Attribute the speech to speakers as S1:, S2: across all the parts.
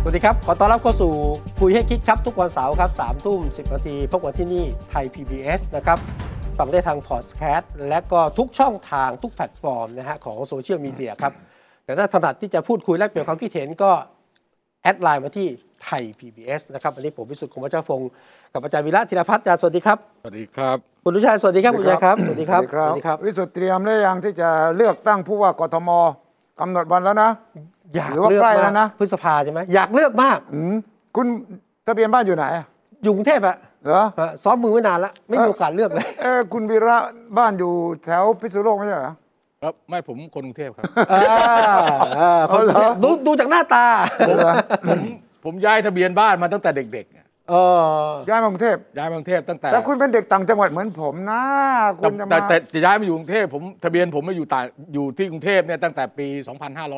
S1: สวัสดีครับ ขอต้อนรับเข้าสู่คุยให้คิดครับ ทุกวันเสาร์ครับสามทุ่มสินาทีพบกันที่นี่ไทย PBS นะครับ ฟังได้ทางพอดแคสต์และก็ทุกช่องทางทุกแพลตฟอร์มนะฮะของโซเชียลมีเดียครับ แต่ถ้าถนัดที่จะพูดคุยแลกเปลี่ยนความคิดเห็นก็ แอดไลน์มาที่ไทย PBS นะครับวันนี้ผมพิสุทธิ์คมวัชรพงศ์กับอาจารย์วิระธีรพัฒน์อาจารย์สวัสดีครับ
S2: สวัสดีครับ
S1: คุณลุชัยสวัสดีครับคุณยายครับ สวัสดีครับ
S3: สวัสดีครับ วิสุทธิ์เตรียมหรือยังที่จะเลือกตั้งผู้ว่ากทมกำหนดวันแล้วนะ
S1: อยาก
S3: หรือว่า
S1: เลือก
S3: ใกล้
S1: มา
S3: แล้ว
S1: ก
S3: นะ
S1: พฤษภาใช่ไหมอยากเลือกมาก
S3: อืมคุณทะเบียนบ้านอยู่ไหนอะ
S1: อยู่กรุงเทพอะ
S3: เหรอ
S1: ฮะซ้อมมือไว้นานแล้วไม่มีโอกาสเลือกเลย
S3: เออคุณวีระบ้านอยู่แถวพิษณุโลกไม่ใช่เหรอ
S2: ครับไม่ผมคนกรุงเทพครับ
S1: อ่าอ่าคน
S3: เอาเหรอ
S1: ดูดูจากหน้าตา
S2: ผมผมผมย้ายทะเบียนบ้านมาตั้งแต่เด็กๆอะ
S1: เออ
S3: ย้ายมากรุงเทพ
S2: ย้ายมากรุงเทพตั้งแต่
S3: แต่คุณเป็นเด็กต่างจังหวัดเหมือนผมนะคุ
S2: แต่
S3: ณจะ
S2: แต่
S3: มา
S2: แต่แต่ย้ายมาอยู่กรุงเทพผมทะเบียนผมมาอยู่ต่างอยู่ที่กรุงเทพเนี่ยตั้งแต่ปี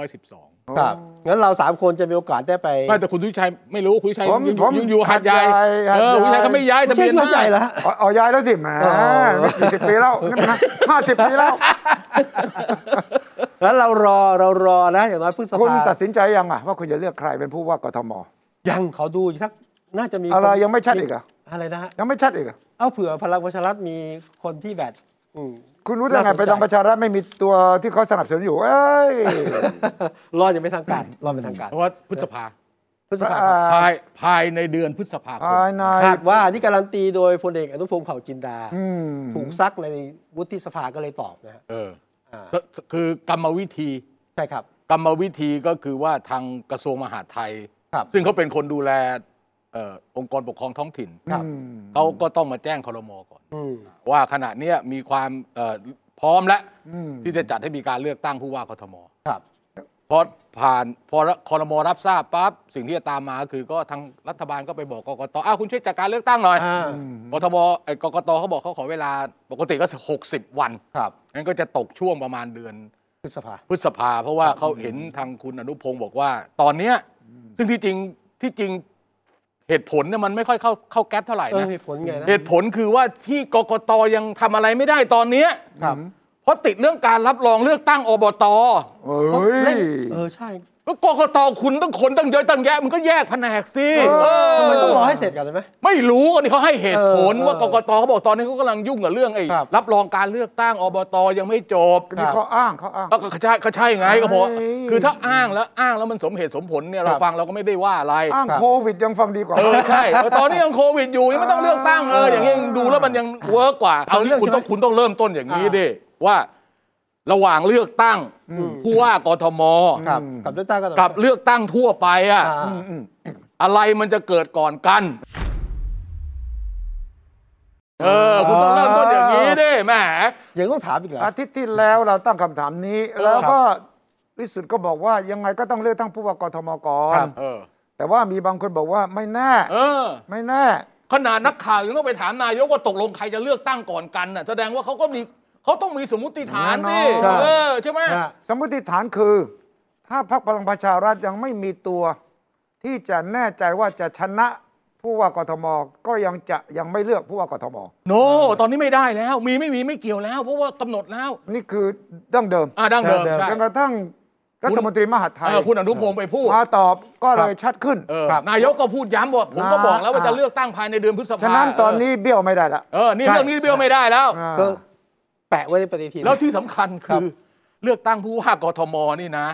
S2: 2512
S1: ครับงั้นเราสามคนจะมีโอกาสได้ไป
S2: ไม่แต่คุณทุชัยไม่รู้คุณทุชัย
S3: ผม
S2: อยู่
S3: ผม
S2: อยู่อยู่หาดใหญ่
S3: หาดใหญ่
S2: เออคุณทุชัย
S3: หาดใหญ่
S2: เขาไม่ย้ายทะ
S1: ไม่ใช่
S2: เบียน
S1: เพื่อ
S2: บ้าน
S1: ใจแล้วฮะ
S3: เอาเอาย้ายแล้วสิแหม
S1: อ๋อ
S3: สี่สิบปีแล้วนี่มันห้าสิบปี แล้ว
S1: งั้นเรารอเรารอนะอย่างน้อยพฤษ
S3: คุณ
S1: ภา
S3: ตัดสินใจยังอ่ะว่าคุณจะเลือกใครเป็นผู้ว่ากทม
S1: ยังเขาดูอยู่ทักน่าจะมี
S3: อะไร
S1: คน
S3: ยังไม่ชัดอีกเหรอ่ะ
S1: อะไรนะฮะ
S3: ยังไม่ชัดอีกเหรอ่ะ
S1: เอาเผื่อพลังประชารัฐมีคนที่แบบอื ม
S3: คุณรู้ได้ไง
S1: น่าสนใจ
S3: ไปทางประชารัฐไม่มีตัวที่เขาสนับสนุนอยู่ เอ้ย
S1: รออย่างไม่ทางการรอเป็นทางการ
S2: เพราะว่าพฤษภา
S1: พฤษภาคม
S2: ภายภายในเดือนพฤษภาคม
S3: ภายใน
S1: คาดว่านี่การันตีโดยพลเอกอนุพงศ์เผ่าจินดา
S3: อืม
S1: ถูกซักในวุฒิสภาก็เลยตอบนะฮะ
S2: เออ
S1: อ่า
S2: ก็คือกรรมวิธี
S1: ใช่ครับ
S2: กรรมวิธีก็คือว่าทางกระทรวงมหาดไทย
S1: ครับ
S2: ซึ่งเขาเป็นคนดูแลเออองค์กรปกครองท้องถิ่น
S1: ครับ
S3: อืม
S2: เขาก็ต้องมาแจ้งครมก่อน
S1: อืม
S2: ว่าขณะเนี้ยมีความเอ่อพร้อมแล้ว
S3: อืม
S2: ที่จะจัดให้มีการเลือกตั้งผู้ว่ากทม
S1: ครับ
S2: พอผ่านพอครมรับทราบปั๊บสิ่งที่จะตามมาก็คือก็ทางรัฐบาลก็ไปบอกกกตอ้าวคุณช่วยจัดการเลือกตั้งหน่อย
S1: อ่า
S3: อืม
S2: กทมไอ้กกตเขาบอกเขาขอเวลาปกติก็ 60 วัน
S1: ครับ
S2: งั้นก็จะตกช่วงประมาณเดือน
S1: พฤษภา
S2: พฤษภาเพราะว่าเขาเห็นทางคุณอนุพงศ์บอกว่า ตอนเนี้ยซึ่งที่จริงที่จริงเหตุผลเนี่ยมันไม่ค่อยเข้าเข้าแก๊ปเท่าไหร่
S1: เออ
S2: นะ
S1: เหตุผลไงนะ
S2: เหตุผลคือว่าที่กกตยังทำอะไรไม่ได้ตอนเนี้ย
S1: ครับ
S2: เพราะติดเรื่องการรับรองเลือกตั้งอบต
S3: เอ้ย
S1: เล่นเออใช่
S2: ก็กกตคุณต้องคนตั้งเยอะตั้งแยะมันก็แยกแผนกสิ
S3: เออ
S2: เ
S1: ทำไมต้องรอให้เสร็จก่อนเลยไหม
S2: ไม่รู้อันนี้เขาให้เหตุผล
S1: เออ
S2: ว่ากกตเขาบอกตอนนี้เขากำลังยุ่งกับเรื่องไอ้
S1: ครับ
S2: รับรองการเลือกตั้งอบตยังไม่จบ
S3: นี่เขาอ้างเขาอ้าง
S2: ก็ก็ใช่ก็ใช่ไงก็พอกว่า
S3: เอ้ย
S2: คือถ้าอ้างแล้วอ้างแล้วมันสมเหตุสมผลเนี่ยเรา
S1: ครับ
S2: ฟังเราก็ไม่ได้ว่าอะไร
S3: อ้างโควิดยังฟังดีกว่า
S2: เออใช่เออตอนนี้ยังโควิดอยู่ยังไม่ต้องเลือกตั้งเอออย่างนี้ยยังดูแล้วมันยังเวิร์กกว่าเอา
S1: เอาเรื่
S2: เรื่
S1: อ
S2: องงคุณต้อง
S1: ใช่ไหม
S2: คุณต้องเริ่มต้นอย่างนี้
S1: อ่า
S2: ดิว่า ระหว่างเลือกตั้งผู้ว่ากทม
S1: ครับ
S3: อืม
S1: กับเลือกตั้งก็ต่อ
S2: กับเลือกตั้งทั่วไปอะ
S1: อ่า
S3: อืมอืม
S2: อะไรมันจะเกิดก่อนกันเออคุณต้องเริ่มต้นอย่างนี้ดิแหม
S1: ยังต้องถามอีกเหรอ
S3: อาทิตย์ที่แล้วเราตั้งคำถามนี้ แล้วก็วิสุทธ์ก็บอกว่ายังไงก็ต้องเลือกตั้งผู้ว่ากทมก่อ
S1: ครั
S3: น
S1: บ
S2: เออ
S3: แต่ว่ามีบางคนบอกว่าไม่แน่
S2: เออ
S3: ไม่แน่
S2: ขนาดนักข่าวยังต้องไปถามนายกว่าตกลงใครจะเลือกตั้งก่อนกันน่ะแสดงว่าเขาก็มีเขาต้องมีสมมติฐานดิ
S1: ใช่
S2: เออใช่ไหม
S1: ฮะ
S3: สมมติฐานคือ ถ้าพรรคพลังประชารัฐยังไม่มีตัว ที่จะแน่ใจว่าจะชนะผู้ว่ากทมก็ยังจะยังไม่เลือกผู้ว่ากทม
S2: โน ตอนนี้ไม่ได้แล้ว มีไม่มีไม่เกี่ยวแล้ว เพราะว่ากำหนดแล้ว
S3: นี่คือดั้งเดิม
S2: อ่าดั้งเดิมใช่
S3: จนกระทั่งรัฐมนตรีมหาดไท
S2: เอยอคุณอนุพงศ์ไปพูด
S3: มาตอบก็เลยชัดขึ้น
S2: เออนายกก็พูดย้ำว่าผมก็บอกแล้วว่า
S3: อ่า
S2: จะเลือกตั้งภายในเดือนพฤษภา
S3: ฉะนั้นตอนนี้เบี้ยวไม่ได้ละ
S2: เออนี่เรื่องนี้เบี้ยวไม่ได้แล้ว
S1: ก็แปะไว้ในปฏิทิน
S2: แล้วที่สำคัญ
S1: ครั
S2: คื
S1: บ
S2: อเลือกตั้งผู้ว่ากทมนี่นะ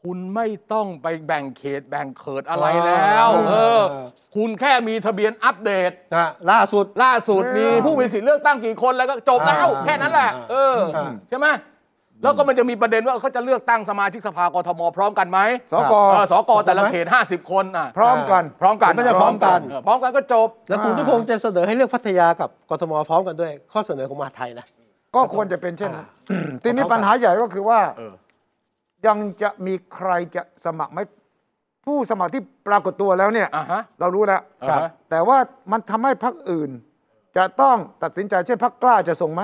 S2: คุณไม่ต้องไปแบ่งเขตแบ่งเขตอะไรแล้วเออ คุณแค่มีทะเบียนอัปเดต
S1: นะล่าสุด
S2: ล่าสุดมี
S3: อ่า
S2: ผู้มีสิทธิ์เลือกตั้งกี่คนแล้วก็จบแล้ว
S1: อ่า
S2: แค่นั้นแหละ
S1: อ่า
S2: เอออ
S1: า
S2: ใช่ไหมแล้วก็มันจะมีประเด็นว่าเขาจะเลือกตั้งสมาชิกสภากทมพร้อมกันไหม
S3: สก
S2: เออสกแต่ละเขต 50 คนอ่ะ
S3: พร้อมกัน
S2: พร้อมกัน
S1: มันก็จะพร้อมกัน
S2: เพร้อมกันก็จบ
S1: แล้วคุณ
S3: อ่า
S1: ทุพงศ์จะเสนอให้เลือกพัทยากับกทมพร้อมกันด้วย ข้อเสนอของมหาดไทยนะ
S3: ก็ควรจะเป็นเช่นนั้นทีนี้
S1: พร้อมกัน
S3: ปัญหาใหญ่ก็คือว่า
S2: เออ
S3: ยังจะมีใครจะสมัครไหม ผู้สมัครที่ปรากฏตัวแล้วเนี่ย
S2: อ่าฮะ
S3: เรารู้แล้ว
S2: อ่าฮะ
S3: แต่ว่ามันทำให้พรรคอื่น จะต้องตัดสินใจเช่นพรรคกล้าจะส่งไหม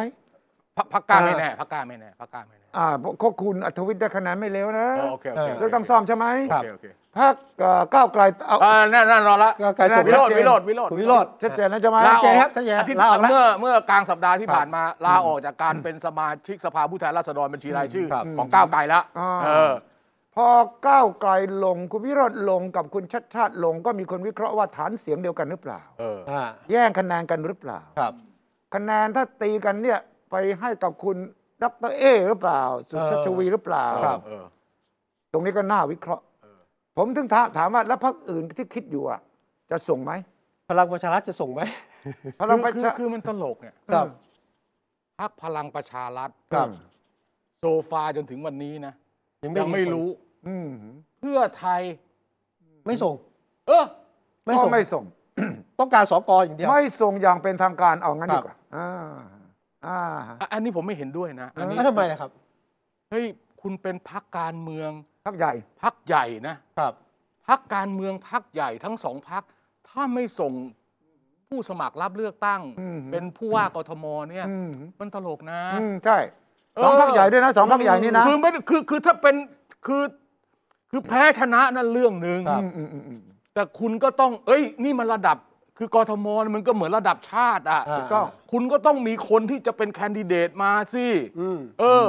S2: พักพักกล้าไม่แน่พักกล้าไม่แน่พักกล้าไม่แน่
S3: อ่าก็คุณอัธวิทย์ได้คะแนนไม่เลวนะ
S2: อ๋อโอเคโอเค
S3: เลือกตั้งซ่อมใช่ไหม
S2: โอเคโอเค
S3: พรรคเอ่อก้าวไกลเอา
S2: อ่าแน่แน่นอนละ
S1: ก็การ
S3: ได้
S1: ส่ง
S2: วิ
S1: ค
S2: โร
S1: รับ
S2: จน์วิโรจน์วิโรจน์
S1: คุณวิโรจน์
S3: ชัดเจนนะใช่ไหม
S1: ลา
S2: ลาอ
S1: เจ
S2: อนก
S1: ครับชัดเจน
S2: อาทิตย์
S1: ลาออกแล้ว
S2: เมื่อเมื่อกลางสัปดาห์
S1: ค
S2: ที่
S1: รับ
S2: ผ่านมาลาออกจากการเป็นสมาชิกสภาผู้แทนราษฎรบัญชีรายชื่อ
S1: ครับ
S2: ของก้าวไกลแล้ว
S3: อ่า
S2: เออ
S3: พอก้าวไกลลงคุณวิโรธลงกับคุณชัดชาติลงก็มีคนวิเคราะห์ว่าฐานเสียงเดียวกันหรือเปล่า
S2: เออ
S1: า
S3: แย่งคะแนนกันหรือเปล่า
S1: ครับ
S3: คะแนนถ้าตีกันเนี่ยไปให้กับคุณดรเอหรือเปล่า สุชาติชวีหรือเปล่า
S1: ครับ
S2: เออ
S3: ตรงนี้ก็น่าวิเคราะห์
S2: เออ
S3: ผมถึงถามถามว่าแล้วพรรคอื่นที่คิดอยู่อะจะส่งไหม
S1: พลังประชารัฐจะส่งไหม
S3: พ
S2: คื
S3: ลัง
S2: อ
S3: ประ
S2: คือ
S3: ชา
S2: คือมันตลกเนี่ย
S1: ครับ
S2: พักพลังประชารัฐ
S1: ครับ
S2: โซฟาจนถึงวันนี้นะ
S1: ยัง
S2: ยังไม่
S1: คน
S2: รู้
S3: อืม
S2: เพื่อไทย
S1: ไม่ส่ง
S2: เออ
S1: ไม่
S3: ก็
S1: ส่ง
S3: ไม่ส่ง
S1: ต้องการสกอย่างเดียว
S3: ไม่ส่งอย่างเป็นทางการเอางั้น
S1: ครั
S3: ดี
S1: บ
S3: กว่าอ่าอ่า
S2: อันนี้ผมไม่เห็นด้วยนะ อันนี้
S1: แล้วทำไมนะครับ
S2: เฮ้ยคุณเป็นพักการเมือง
S3: พักใหญ่
S2: พักใหญ่นะ
S1: ครับ
S2: พักการเมืองพักใหญ่ทั้งสองพัก ถ้าไม่ส่งผู้สมัครรับเลือกตั้ง
S3: อืม
S2: เป็นผู้ว่ากทมเนี่ย
S3: อืม
S2: มันตลกนะ
S3: อืมใช่สองพักใหญ่ด้วยนะสองพักใหญ่นี่นะ
S2: คือไม่ได้คือคือถ้าเป็นคือคือแพ้ชนะนั่นเรื่องหนึ่ง
S1: ครับ
S3: อืมอืมอืมอืม
S2: แต่คุณก็ต้อง เอ้ย นี่มันระดับ คือกทมมันก็เหมือนระดับชาติอ่ะ
S1: อ่า
S3: ถูกต้อง
S2: คุณก็ต้องมีคนที่จะเป็นแคนดิเดตมาสิ
S1: อืม
S2: เอออ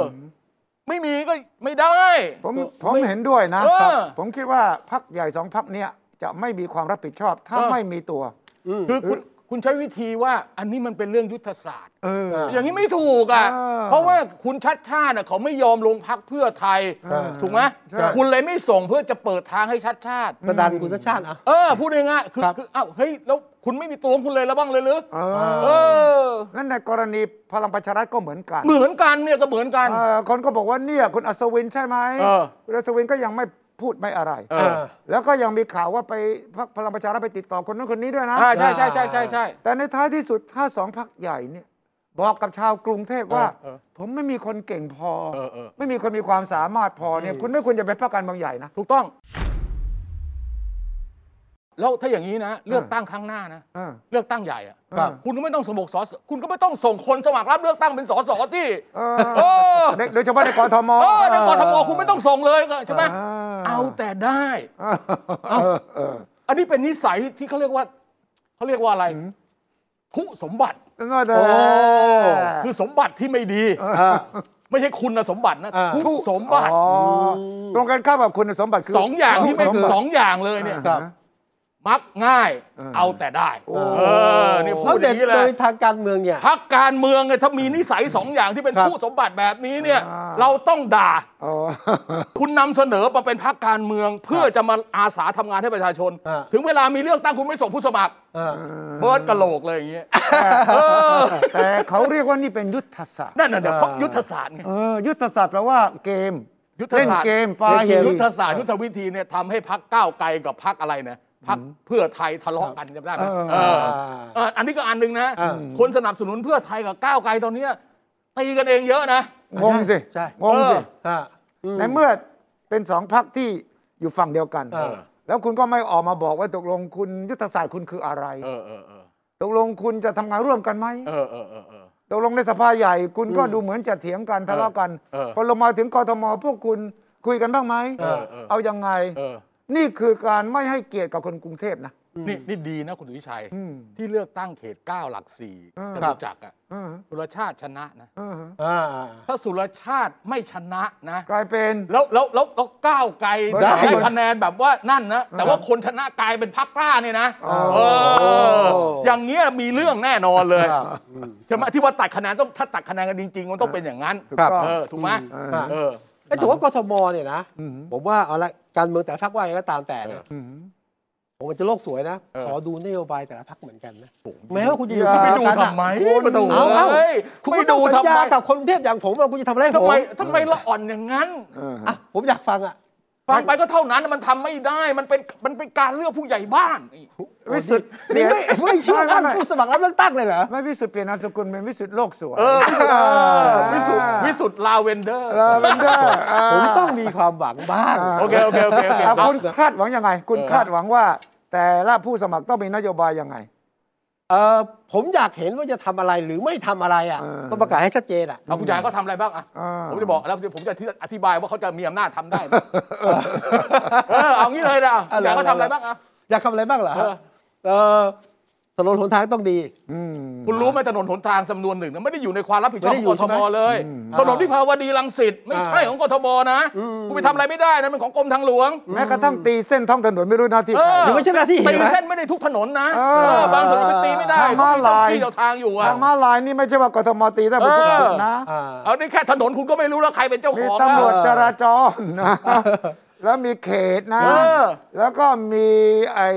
S2: ไม่มีก็ไม่ได้
S3: ผม
S1: ก็
S3: ผม
S1: ไม่
S3: เห็นด้วยนะ
S2: เออ
S3: ครับ ผมคิดว่าพักใหญ่สองพักเนี้ยจะไม่มีความรับผิดชอบ ถ้า
S2: เออ
S3: ไม่มีตัว
S1: อืม
S2: คือคุณคุณใช้วิธีว่าอันนี้มันเป็นเรื่องยุทธศาสตร์
S3: เออ
S1: อ
S2: อย่างนี้ไม่ถูกอ่ะ
S3: อ่า
S2: เพราะว่าคุณชัดชาติน่ะเขาไม่ยอมลงพักเพื่อไทย
S3: เออ
S2: ถูกไหม
S3: ใช่
S2: คุณเลยไม่ส่งเพื่อจะเปิดทางให้ชัดชาติ
S1: ประดันคุณชาติชาติอ่ะ
S2: เออ พูดง่ายๆคือ
S1: ครับ
S2: คืออ้าวเฮ้ย แล้วคุณไม่มีตัวของคุณเลยแล้วบ้างเลยหรือ
S3: เอ
S2: เอ
S3: อ
S2: อ
S3: นั่นในกรณีพลังประชารัฐก็เหมือนกัน
S2: เหมือนกันเนี่ยก็เหมือนกัน
S3: เออคนก็บอกว่าเนี่ยคุณอัศวินใช่ไหม
S2: เออ
S3: คุณอัศวินก็ยังไม่พูดไม่อะไร
S2: เอ
S1: เอ
S2: อ
S1: อ
S3: แล้วก็ยังมีข่าวว่าไปพรรคพลังประชารัฐไปติดต่อคนนั้นคนนี้ด้วยนะ
S2: อ่าใช่ใช่ใช่ใช่ใช่
S3: แต่ในท้ายที่สุดถ้าสองพักใหญ่เนี่ยบอกกับชาวกรุงเทพว่า
S2: เออเออ
S3: ผมไม่มีคนเก่งพอ
S2: เออเออ
S3: ไม่มีคนมีความสามารถพอเนี่ยคุณไม่ควรจะเป็นพรรคการเมืองใหญ่นะ
S2: ถูกต้อง แล้วถ้าอย่างนี้นะ เลือกตั้งครั้งหน้านะ
S3: เออ
S2: เลือกตั้งใหญ่อะ
S3: ครับ
S2: คุณก็ไม่ต้องสมัครสอสคุณก็ไม่ต้องส่งคนสมัครรับเลือกตั้งเป็นสสที่
S3: เอ
S2: เอ
S3: อ
S2: อ
S3: ในโดยเฉพาะในกรทม
S2: เออในกรทมคุณไม่ต้องส่งเลยก็ใช่ไหมเอาแต่ได้
S3: เอาเออ
S2: อันนี้เป็นนิสัยที่เขาเรียกว่าเขาเรียกว่าอะไรทุสมบัติ
S3: เออ
S1: โอ้
S2: คือสมบัติที่ไม่ดี
S1: อ่า
S2: ไม่ใช่คุณสมบัตินะ
S1: อ่า
S2: ทุสมบัติ
S3: อ๋อตรงกันข้ามกับคุณสมบัติคื
S2: สองอย่างที่ไม่
S3: ทุก
S2: สองอย่างเลย
S3: สมบัติ
S2: เนี่ย
S1: ครับ
S2: มักง่าย
S3: เออ
S2: เอาแต่ได้
S3: โอ้
S2: เออนี่พู
S1: แล้
S2: ด
S1: ว
S2: อ
S1: เด็ด
S2: ย่างนี้เล
S1: โด
S2: ย
S1: ยทางการเมืองเนี่ย
S2: พักการเมืองไงถ้ามีนิสัยสองอย่างที่เป็น
S1: ครับ
S2: ผู้สมบัติแบบนี้เนี่ย
S3: อ่า
S2: เราต้องด่า
S3: อ๋อ
S2: คุณนำเสนอมาเป็นพักการเมือง เพื่อจะมาอาสาทำงานให้ประชาชน
S1: อ่า
S2: ถึงเวลามีเลือกตั้งคุณไม่ส่งผู้สมัคร
S1: อ่า
S2: เบิร์ดกะโหลกเลยอย่างเงี้ยเออ
S3: แต่เขาเรียกว่านี่เป็นยุทธศาสตร์
S2: นั่นน่ะเดี๋ยว
S1: อ่า
S2: เขายุทธศาสตร์ไง
S3: เออยุทธศาสตร์แปลว่าเกม
S2: ยุทธ
S3: เล่น
S2: ศาสตร์
S3: เกมปลา
S1: เล่นเก
S3: หิ
S1: ม
S3: น
S2: ยุทธศาสตร์ยุทธวิธีเนี่ยทำให้พักก้าวไกลกับพักอะไรนะพักเพื่อไทยทะเลาะกันจำได้ไหม
S3: เออ
S2: เอ
S1: อ่า
S2: อเอออันนี้ก็อันหนึ่งนะ
S1: อ่า
S2: คนสนับสนุนเพื่อไทยกับก้าวไกลตอนเนี้ยตีกันเองเยอะนะ
S3: งงสิ
S1: ใช่
S3: งงสิ
S1: อ่า
S3: ในเมื่อเป็นสองพักที่อยู่ฝั่งเดียวกัน
S1: เออ
S3: แล้วคุณก็ไม่ออกมาบอกว่าตกลงคุณยุทธศาสตร์คุณคืออะไร
S2: เออเออเออ
S3: ตกลงคุณจะทำงานร่วมกันไหม
S2: เออเออเออเออ
S3: ตกลงในสภาใหญ่ คุณก็ดูเหมือนจะเถียงกันทะเลาะกัน
S2: เออ
S3: พอลงมาถึงกทมพวกคุณคุยกันบ้างไหม
S2: เออเออ
S3: เอายังไง
S2: เออ
S3: นี่คือการไม่ให้เกียรติกับคนกรุงเทพนะ
S2: นี่นี่ดีนะคุณสุวิชัย
S3: อืม
S2: ที่เลือกตั้งเขต 9 หลักสี่
S3: อืม
S2: จตุจักรอะ
S3: อืม
S2: สุรชาติชนะนะ
S3: อืม
S1: อ่า
S2: ถ้าสุรชาติไม่ชนะนะ
S3: กลายเป็น
S2: แล้วแล้วแล้วแล้วก้าวไกล
S3: ได้
S2: ได้คะแนนแบบว่านั่นนะแต่ว่าคนชนะกลายเป็นพักกล้าเนี่ยนะ
S3: อ๋อ
S2: เอออย่างเงี้ยมีเรื่องแน่นอนเลย
S1: ครับ
S2: ใช่ไหมที่ว่าตัดคะแนนต้องถ้าตัดคะแนนกันจริง ๆ มันต้องเป็นอย่างนั้น
S3: ถูกต้อง
S2: เออถูกไหม
S3: อืม
S2: เออ
S1: ไอ้ยแต่ว่ากทมเนี่ยนะ
S3: อืม
S1: ผมว่าเอาละการเมืองแต่ละพรรคว่าไงก็ตามแต่นะ
S3: อืม
S1: ผมมันจะโลกสวยนะ
S2: เออ
S1: ขอดูนโยบายแต่ละพรรคเหมือนกันนะแม้ว่าคุณจะอยู่
S3: อย่า
S1: ที่
S2: ไป
S1: ไม่ดู
S2: ดู
S1: กัน
S2: ทำไม
S1: อะ
S2: ไม่ต้อง
S1: เอาเอา
S2: เอ้ย
S1: คุณ
S2: ไม่
S1: ก็ต้อ
S2: ดู
S1: งสัญ
S2: ทำ
S1: ญา
S2: ไม
S1: กับคนกรุงเทพอย่างผมว่าคุณจะทำอะไรให้ผ
S2: ทำ
S1: ม
S2: ไมทำไมละอ่อนอย่างนั้น
S3: เออ
S1: อ่ะผมอยากฟังอ่ะ
S2: ฟังไปก็เท่านั้นมันทำไม่ได้มันเป็นมันเป็นการเลือกผู้ใหญ่บ้านนี่
S3: วิสุทธิ์
S1: นี่ไม่ไม่เชื่อ
S3: ไ
S1: ท่านผู้สมัครรับเลือกตั้งเลยเหรอ
S3: ไม่วิสุทธิ์เปลี่ยนนามสกุลเป็นวิสุทธิ์โลกสวย
S2: เออ
S3: เออ
S2: วิสุทธิ์วิสุทธิ์ลาเวนเดอร์
S3: ลาเวนเดอร์า
S1: ผมต้องมีความหวังบ้าง
S2: โอเคโอเคโอเคโอเค
S3: อ่ะ
S2: รับ
S3: คุณคาดหวังยังไง คุณ
S2: เออ
S3: คาดหวังว่า แต่ละผู้สมัครต้องมีนโยบายยังไง
S1: เออผมอยากเห็นว่าจะทำอะไรหรือไม่ทำอะไรอ่ะ
S3: เออ
S1: ต้องประกาศให้ชัดเจนอ่ะ
S2: เอาคุณยายเขาทำอะไรบ้างอ่ะ
S3: เอ
S2: ผมจะบอกแล้วผมจะอธิบายว่าเขาจะมีอำนาจทำได้ไหมเออเอางี้เลยนะ
S1: เออ
S2: อยากเขาทำอะไรบ้างอ่ะ
S1: อยากทำอะไรบ้างเหรอ
S2: เออ
S1: เออถนนหนทางต้องดี
S3: อืม
S2: คุณรู้ไหมถนนหนทางจำนวนหนึ่งนะไม่ได้อยู่ในความรับผิดชอบ
S1: ไม่ได้
S2: ข
S1: อ
S2: อยู่ งกทมเลย
S3: อืม
S2: ถนนวิภาวดีรังสิตไม่ใช่ของกทมนะ
S1: อืม
S2: คุณไปทำอะไรไม่ได้นะเป็นของกรมทางหลวง
S3: แม้กระทั่งตีเส้นท้องถนนไม่รู้หน้าที่
S2: เอ
S3: ใค
S2: อ
S3: ร
S1: หรือไม่ใช่หน้าที่
S2: ตี
S1: เห็นไหม
S2: เส้นไม่ได้ทุกถนนนะ
S3: เออ
S2: เออบางถนนไปตีไม่ได้
S3: ทาง
S2: ต้
S3: ม้า
S2: องมีเจ้า
S3: ลาย
S2: ที่เจ้าทางอยู่อ่ะ
S3: ทางม้าลายนี่ไม่ใช่ว่ากทมตีได้หมดทุก
S2: เออ
S3: จุดนะ
S1: อ่า
S2: เอานี่แค่ถนนคุณก็ไม่รู้แล้วใครเป็นเจ้าข
S3: มี
S2: องแล้
S3: ตำร
S2: ว
S3: วจจราจรนะ แล้วมีเขตนะ
S2: เออ
S3: แล้วก็มีไอ้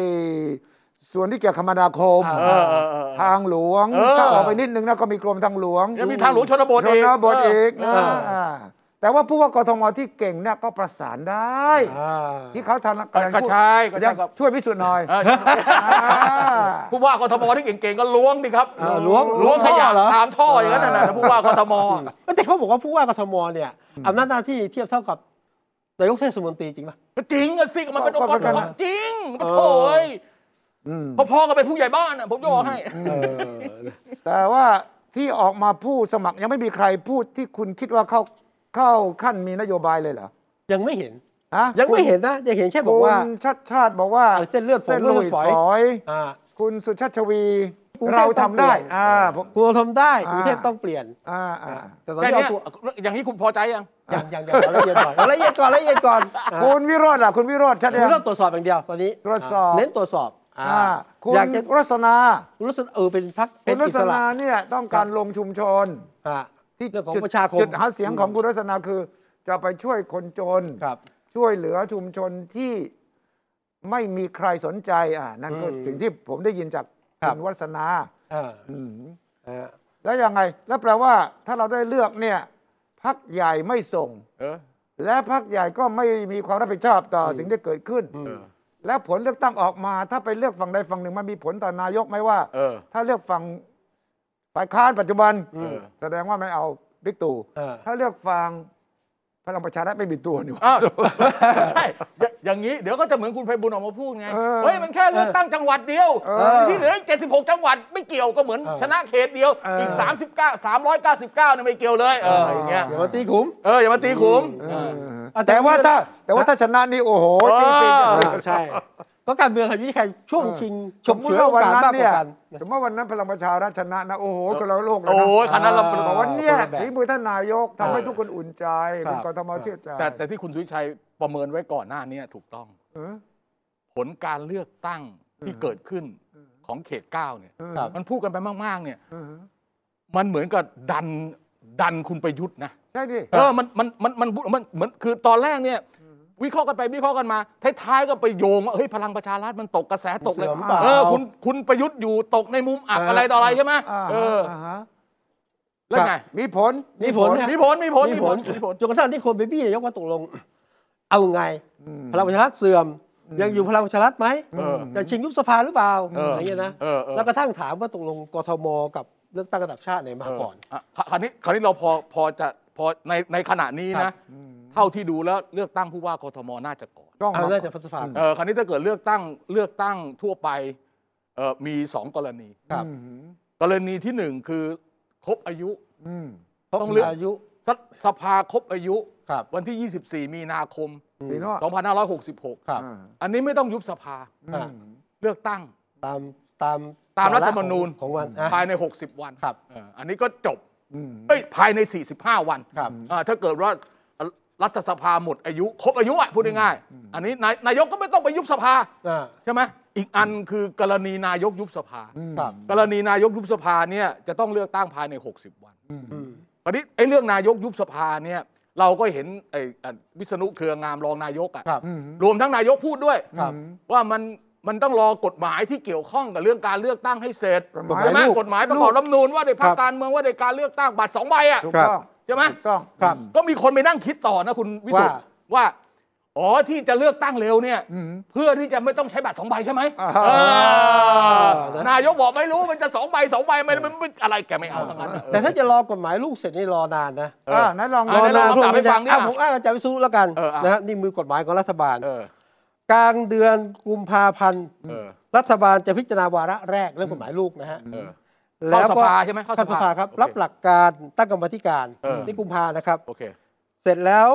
S3: ส่วนที่เกี่ยวกับคมนาคม
S1: เอ
S2: เออเออเออ
S3: ทางหลวง
S2: เออ
S3: ถ้าออกไปนิดนึงนะก็มีกรมทางหลวง
S2: ยังมีทางหลวงชนบท
S3: ช
S2: อีก
S3: นบทอีกนะ
S2: เออ
S3: อ่าแต่ว่าผู้ว่ากทมที่เก่งเนี่ยก็ประสานได้
S1: อ่า
S3: ที่เขาทำ
S2: ก็ใช่ก็ใช่ครับ
S3: ช่วยพิสูจน์หน่อย
S2: เออ
S3: า
S2: ผู้ว่ากทมที่เก่งๆก็ล้วงดิครับ
S1: เออล้วง
S2: ล้วงขยะ
S1: ท่อเหรอ
S2: ตามท่ออย่างนั้นน่ะนะผู้ว่ากทม
S1: แต่เขาบอกว่าผู้ว่ากทมเนี่ยอำนาจหน้าที่เทียบเท่ากับนายกเทศมนตรีจริงป่ะ
S2: ก็จริงอะสิมันเป็นองค์กร
S3: ก็
S2: ข
S3: ก็
S2: องจริงมัน
S1: เออ
S2: โถ่เอ้ย
S3: อืม
S2: พอๆกับเป็นผู้ใหญ่บ้านอะผมจะบอกให้
S1: เออ
S3: แต่ว่าที่ออกมาผู้สมัครยังไม่มีใครพูดที่คุณคิดว่าเข้าเข้าขั้นมีนโยบายเลยเหรอ
S1: ยังไม่เห็น
S3: ฮะ
S1: ยังไม่เห็นนะยังเห็นแค่บอกว่า
S3: คุณชัดชาติบอกว่า
S1: เออเส้นเลือดผม
S3: เส้นเลือ
S1: เลือ
S3: ด
S1: ด
S3: ฝ
S1: ฝ
S3: อ
S1: อย ย
S3: อย
S1: อ่า
S3: คุณสุชาติชวี
S1: กรุงเทพ
S3: เราทำได้
S1: ต้องเปลี่ยน
S3: อ่าผม
S1: กลัวทำได้
S3: อ่า
S1: กรุงเทพต้องเปลี่ยน
S3: อ่าอ่า
S1: อ่าแต่ตอน
S2: แค่
S1: นี้เอา
S2: เนี้ย
S1: ตัว
S2: อย่างนี้คุณพอใจยัง
S1: อย่างอย่างอย่างละเอียดก่อนละเอียดก่อนละเอียดก่อนอ่า
S3: คุณวิโรจน์ล่ะคุณวิโรจน์ชัด
S1: คื
S3: เจน
S1: อเราตรวจสอบอย่างเดียวตอนนี้
S3: ตรวจสอบ
S1: าเน้นตรวจสอบอ่า
S3: อ่าคุณ
S1: อยากจะ
S3: รัศนา
S1: รู้สึกเออเป็นพัก
S3: คุ
S1: เป็น
S3: ณรั
S1: อิ
S3: ศ
S1: สระ
S3: นาเนี่ยต้องการลงชุมชน
S1: อ่า
S3: ที่
S1: เรื่องของ
S3: จุด
S1: ประชาคม
S3: จุดหาเสียงของคุณรัศนาคือ จะไปช่วยคนจน
S1: ครับ
S3: ช่วยเหลือชุมชนที่ไม่มีใครสนใจอ่านั่นก็
S1: อืม
S3: สิ่งที่ผมได้ยินจาก
S1: ครับ
S3: คุณวัฒนา
S1: อ่า
S3: อืม
S1: อ่า
S3: แล้วยังไง แล้วแปลว่าถ้าเราได้เลือกเนี่ยพักใหญ่ไม่ส่ง
S2: เออ
S3: และพักใหญ่ก็ไม่มีความรับผิดชอบต่ออสิ่งที่เกิดขึ้น
S1: อืม
S3: และผลเลือกตั้งออกมา ถ้าไปเลือกฝั่งใดฝั่งหนึ่งมันมีผลต่อนายกไหมว่า
S2: เออ
S3: ถ้าเลือกฝั่งฝ่ายค้านปัจจุบัน
S1: อืม
S3: แสดงว่าไม่เอาบิ๊กตู่
S1: อ่า
S3: ถ้าเลือกฝั่งพลังประชารัฐไม่มีตัวนี่หว่า
S2: อ้าว ใช่อย่าอย่างนี้เดี๋ยวก็จะเหมือนคุณไพบุญออกมาพูดไง
S3: เออ
S2: เฮ้ยมันแค่เลือกตั้งจังหวัดเดียว
S3: เออ
S2: ที่เหลืออีก76 จังหวัดไม่เกี่ยวก็เหมือน
S1: เออ
S2: ชนะเขตเดียว
S3: เออ
S2: อี
S3: อี
S2: ก 39 399เนี่ยไม่เกี่ยวเลยเออ
S3: เออ
S2: อ
S3: อ
S2: ย่างเงี้ย
S1: เดี๋ยวมาตีขุม
S2: เอออย่ามาตีขุมเออ
S1: อ่ะแต่
S3: แต่ว่าถ้าแต่ว่าถ้าชนะนี่โอ้โห
S2: เออ
S3: จริงๆ
S2: เออ
S1: อ่าใช่ก็การเมืองค่ะยุทธใครช่วงชิงช
S3: ส
S1: ม
S3: มม
S1: เฉว
S3: ติ
S1: ย
S3: ว่า
S1: โอ
S3: วัน
S1: กาสมาก
S3: นั้น
S1: ก
S3: เนี่
S1: ว่าย กัน
S3: สมมติวันนั้นพลังประชารัฐชนะนะโอ้โห
S2: เออ
S3: คนละโลกเลย
S2: โอ้
S3: นะ
S2: ยคันนั้นเรา
S1: อ่า
S3: บอกว่าเนี่ย
S1: คนละแบบ
S3: ฝีมือท่านนายกทำให้
S1: เออ
S3: ทุกคนอุ่นใจ
S1: ครับ
S3: เป็นกทมเชื่อใจ
S2: แต่แต่ที่คุณสุวิชัยประเมินไว้ก่อนหน้านี้ถูกต้อง
S3: เออ
S2: ผลการเลือกตั้งที่
S3: อืม
S2: เกิดขึ้นของเขตเก้าเนี่ย
S3: เออ
S1: ครับ
S2: มันพูดกันไปมากๆ เนี่ย
S3: เออ
S2: มันเหมือนกับดันดันคุณประยุทธ์นะ
S3: ใช่ดิ
S2: เออมันมันมันมันมันเหมือนคือตอนแรกเนี่ย วิเคราะห์กันไปวิเคราะห์กันมาท้ายๆก็ไปโยงว่าเฮ้ยพลังประชารัฐมันตกกระแสตกเลย
S1: เสื่อมเปล่า
S2: เออคุณคุณประยุทธ์อยู่ตกในมุมอับ
S1: เอออ
S2: อะไรต่ออะไรใช่ไหม
S3: อ่า
S2: เออ
S3: ฮะ
S2: แล้วไง
S3: มีผล
S1: มีผลนะ
S2: มีผลมีผลมีผลมีผล
S1: จนกระทั่งที่คนไปบี้นายกว่าตกลง เอาไง พลังประชารัฐเสื่อม
S3: อืม
S1: ยังอยู่พลังประชารัฐไหม
S2: เออ
S1: จะชิงยุบสภาหรือเปล่า
S2: เออ
S1: อ
S2: อย่าง
S1: เงี้ยนะ
S2: เออเออ
S1: แล้วกระทั่งถามว่าตกลงกทมกับเลือกตั้งระดับชาติไหนมาก่อน
S2: เะคราวนี้คราวนี้เราพอพอจะพอในในขณะนี้
S1: ครั
S2: นะ
S1: บ
S2: เท่าที่ดูแล้วเลือกตั้งผู้ว่ากทมน่าจะก่อน
S3: ต้อง
S1: เอาน่าจะพัสภา
S2: เออคราวนี้ถ้าเกิดเลือกตั้งเลือกตั้งทั่วไปเออมีสองกรณี
S1: ครับ
S3: อืม
S2: กรณีที่หนึ่งคือครบอายุ
S3: อืม
S2: ต้องเลือก
S1: อายุ
S2: สสภาครบอายุ
S1: ครับ
S2: วันที่ 24 มีนาคม
S3: ดีเนาะ
S1: ค
S2: 2566
S1: รับ
S3: อ่า
S2: อันนี้ไม่ต้องยุบสภา
S3: อืม
S2: เลือกตั้ง
S1: ตามตาม
S2: ตามรัฐธรรมนูญ
S1: ของของวันนะ
S2: ภายใน 60 วัน
S1: ครับ
S2: เอออันนี้ก็จบ
S3: อืม
S2: เอ้ยภายใน 45 วัน
S1: ครับ
S2: อ่าถ้าเกิดว่ารัฐสภาหมดอายุ ครบอายุอ่ะพูดง่าย
S3: อืม
S2: ๆอันนี้นายนายกก็ไม่ต้องไปยุบสภา
S1: อ่า
S2: ใช่ไหมอีกอันคือกรณีนายกยุบสภา
S3: อืม
S1: ครับ
S2: กรณีนายกยุบสภาเนี่ยจะต้องเลือกตั้งภายใน 60 วัน
S3: อืม
S1: อืม
S2: ตอนนี้ไอ้เรื่องนายกยุบสภาเนี่ยเราก็เห็นไอ้อ่ะวิษณุเครืองามรองนายกอ่ะ
S1: ครับ
S3: อืม
S2: รวมทั้งนายกพูดด้วย
S1: ครับ
S2: ว่ามันมันต้องรอกฎหมายที่เกี่ยวข้องกับเรื่องการเลือกตั้งให้เสร็จ
S3: กฎ
S1: กฎห
S3: หมา
S1: ย
S3: ย
S2: ใช่ไหม
S1: ลูก
S2: กฎหมายประกอบรัฐธรรมนูญว่าในภา
S1: ค
S2: ครับ การเมืองว่าในการเลือกตั้งบัตรสองใบอ่ะ
S3: ถูก
S1: ครับ
S3: ต้อง
S2: ใช่ไหม
S3: ถูกต้อง
S1: ครับ
S2: ก็มีคนไปนั่งคิดต่อนะคุณวิสุทธ์ว่า อ๋อที่จะเลือกตั้งเร็วเนี่ย
S3: อืม
S2: เพื่อที่จะไม่ต้องใช้บัตรสองใบใช่ไหม
S3: อ่า
S2: เออ
S1: นะ
S2: นายกบอกไม่รู้มันจะสองใบสองใบไม่มันมันอะไรแกไม่เอาทั้งนั้น
S1: แต่ถ้าจะรอกฎหมายลูกเสร็จนี่รอนานนะ
S2: เอ
S3: อ่า
S2: อ
S3: ไหนลอง
S2: อ่ะ
S1: ร
S3: ลอ
S1: องนา
S2: เดี๋ยว
S1: น
S2: เรา
S1: พวก
S2: เอาสาม
S1: นี้
S2: ไป
S1: จะ
S2: ฟังเนี่ย
S1: อ่ะผมอ้างอาจารย์วิศนุแล้วกัน
S2: เอออ่ะ
S1: นะฮะนี่มือกฎหมายของรัฐบาล
S2: เออก
S1: ลางเดือนกุมภาพันธ์
S2: เออ
S1: รัฐบาลจะพิจารณาวาระแรกเรื่องกฎหมายลูกนะฮะ
S2: เออ
S1: แล้วก็
S2: เข้าสภาใช่ไหมเข้าสภา
S1: เข้าสภาครับ
S2: โอเครับ
S1: หลักการตั้งกรรมาธิการ
S2: เออ
S1: นี่กุมภานะครับ
S2: โอเค
S1: เสร็จแล้ว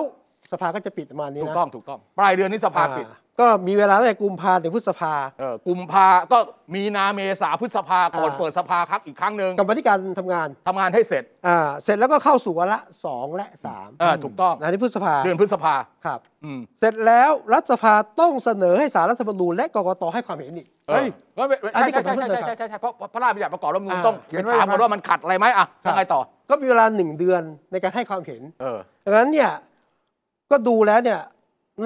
S1: สภาก็จะปิดประมาณนี้
S2: ถูก
S1: นะ
S2: ต้องถูกต้อง ปลายเดือนนี้สภา
S1: อ่า
S2: ปิด
S1: ก็มีเวลาตั้งแต่กุมภาถึงพฤษภา
S2: เออกุมภาก็มีนาเมษาพฤษภาก่อน
S1: อ่า
S2: เปิดสภาครับอีกครั้งหนึ่ง
S1: กรรมาธิการทำงาน
S2: ทำงานให้เสร็จ
S1: อ่าเสร็จแล้วก็เข้าสู่วาระสองและสาม
S2: เออถูกต้อง
S1: นะที่พฤษภา
S2: เดือนพฤษภา
S1: ครับ
S2: อืม
S1: เสร็จแล้วรัฐสภาต้องเสนอให้สารรัฐธรรมนูญและกกตให้ความเห็นอีก
S2: เฮ้ยก็ไม่
S1: อัน
S2: ใช่
S1: นี้กฎห
S2: ใช่ใช่
S1: มายเพิ่งเลยครับ
S2: ใช่ใช่ใช่ใช่เพราะเพราะพระราชบัญญัติประกอบรัฐธรรมนูญ
S1: อ่า
S2: ต้อง
S3: เขียนไว้
S2: ถามก่อน
S3: อย่างนั้น
S2: ว่ามันขัดอะไรไหมอ่ะ
S1: ครับ
S2: ยังไงต่อ
S1: ก็มีเวลาหนึ่งเดือนในการให้ความเห็น
S2: เออ
S1: ดังนั้นเนี่ยก็ดูแล้วเนี่ย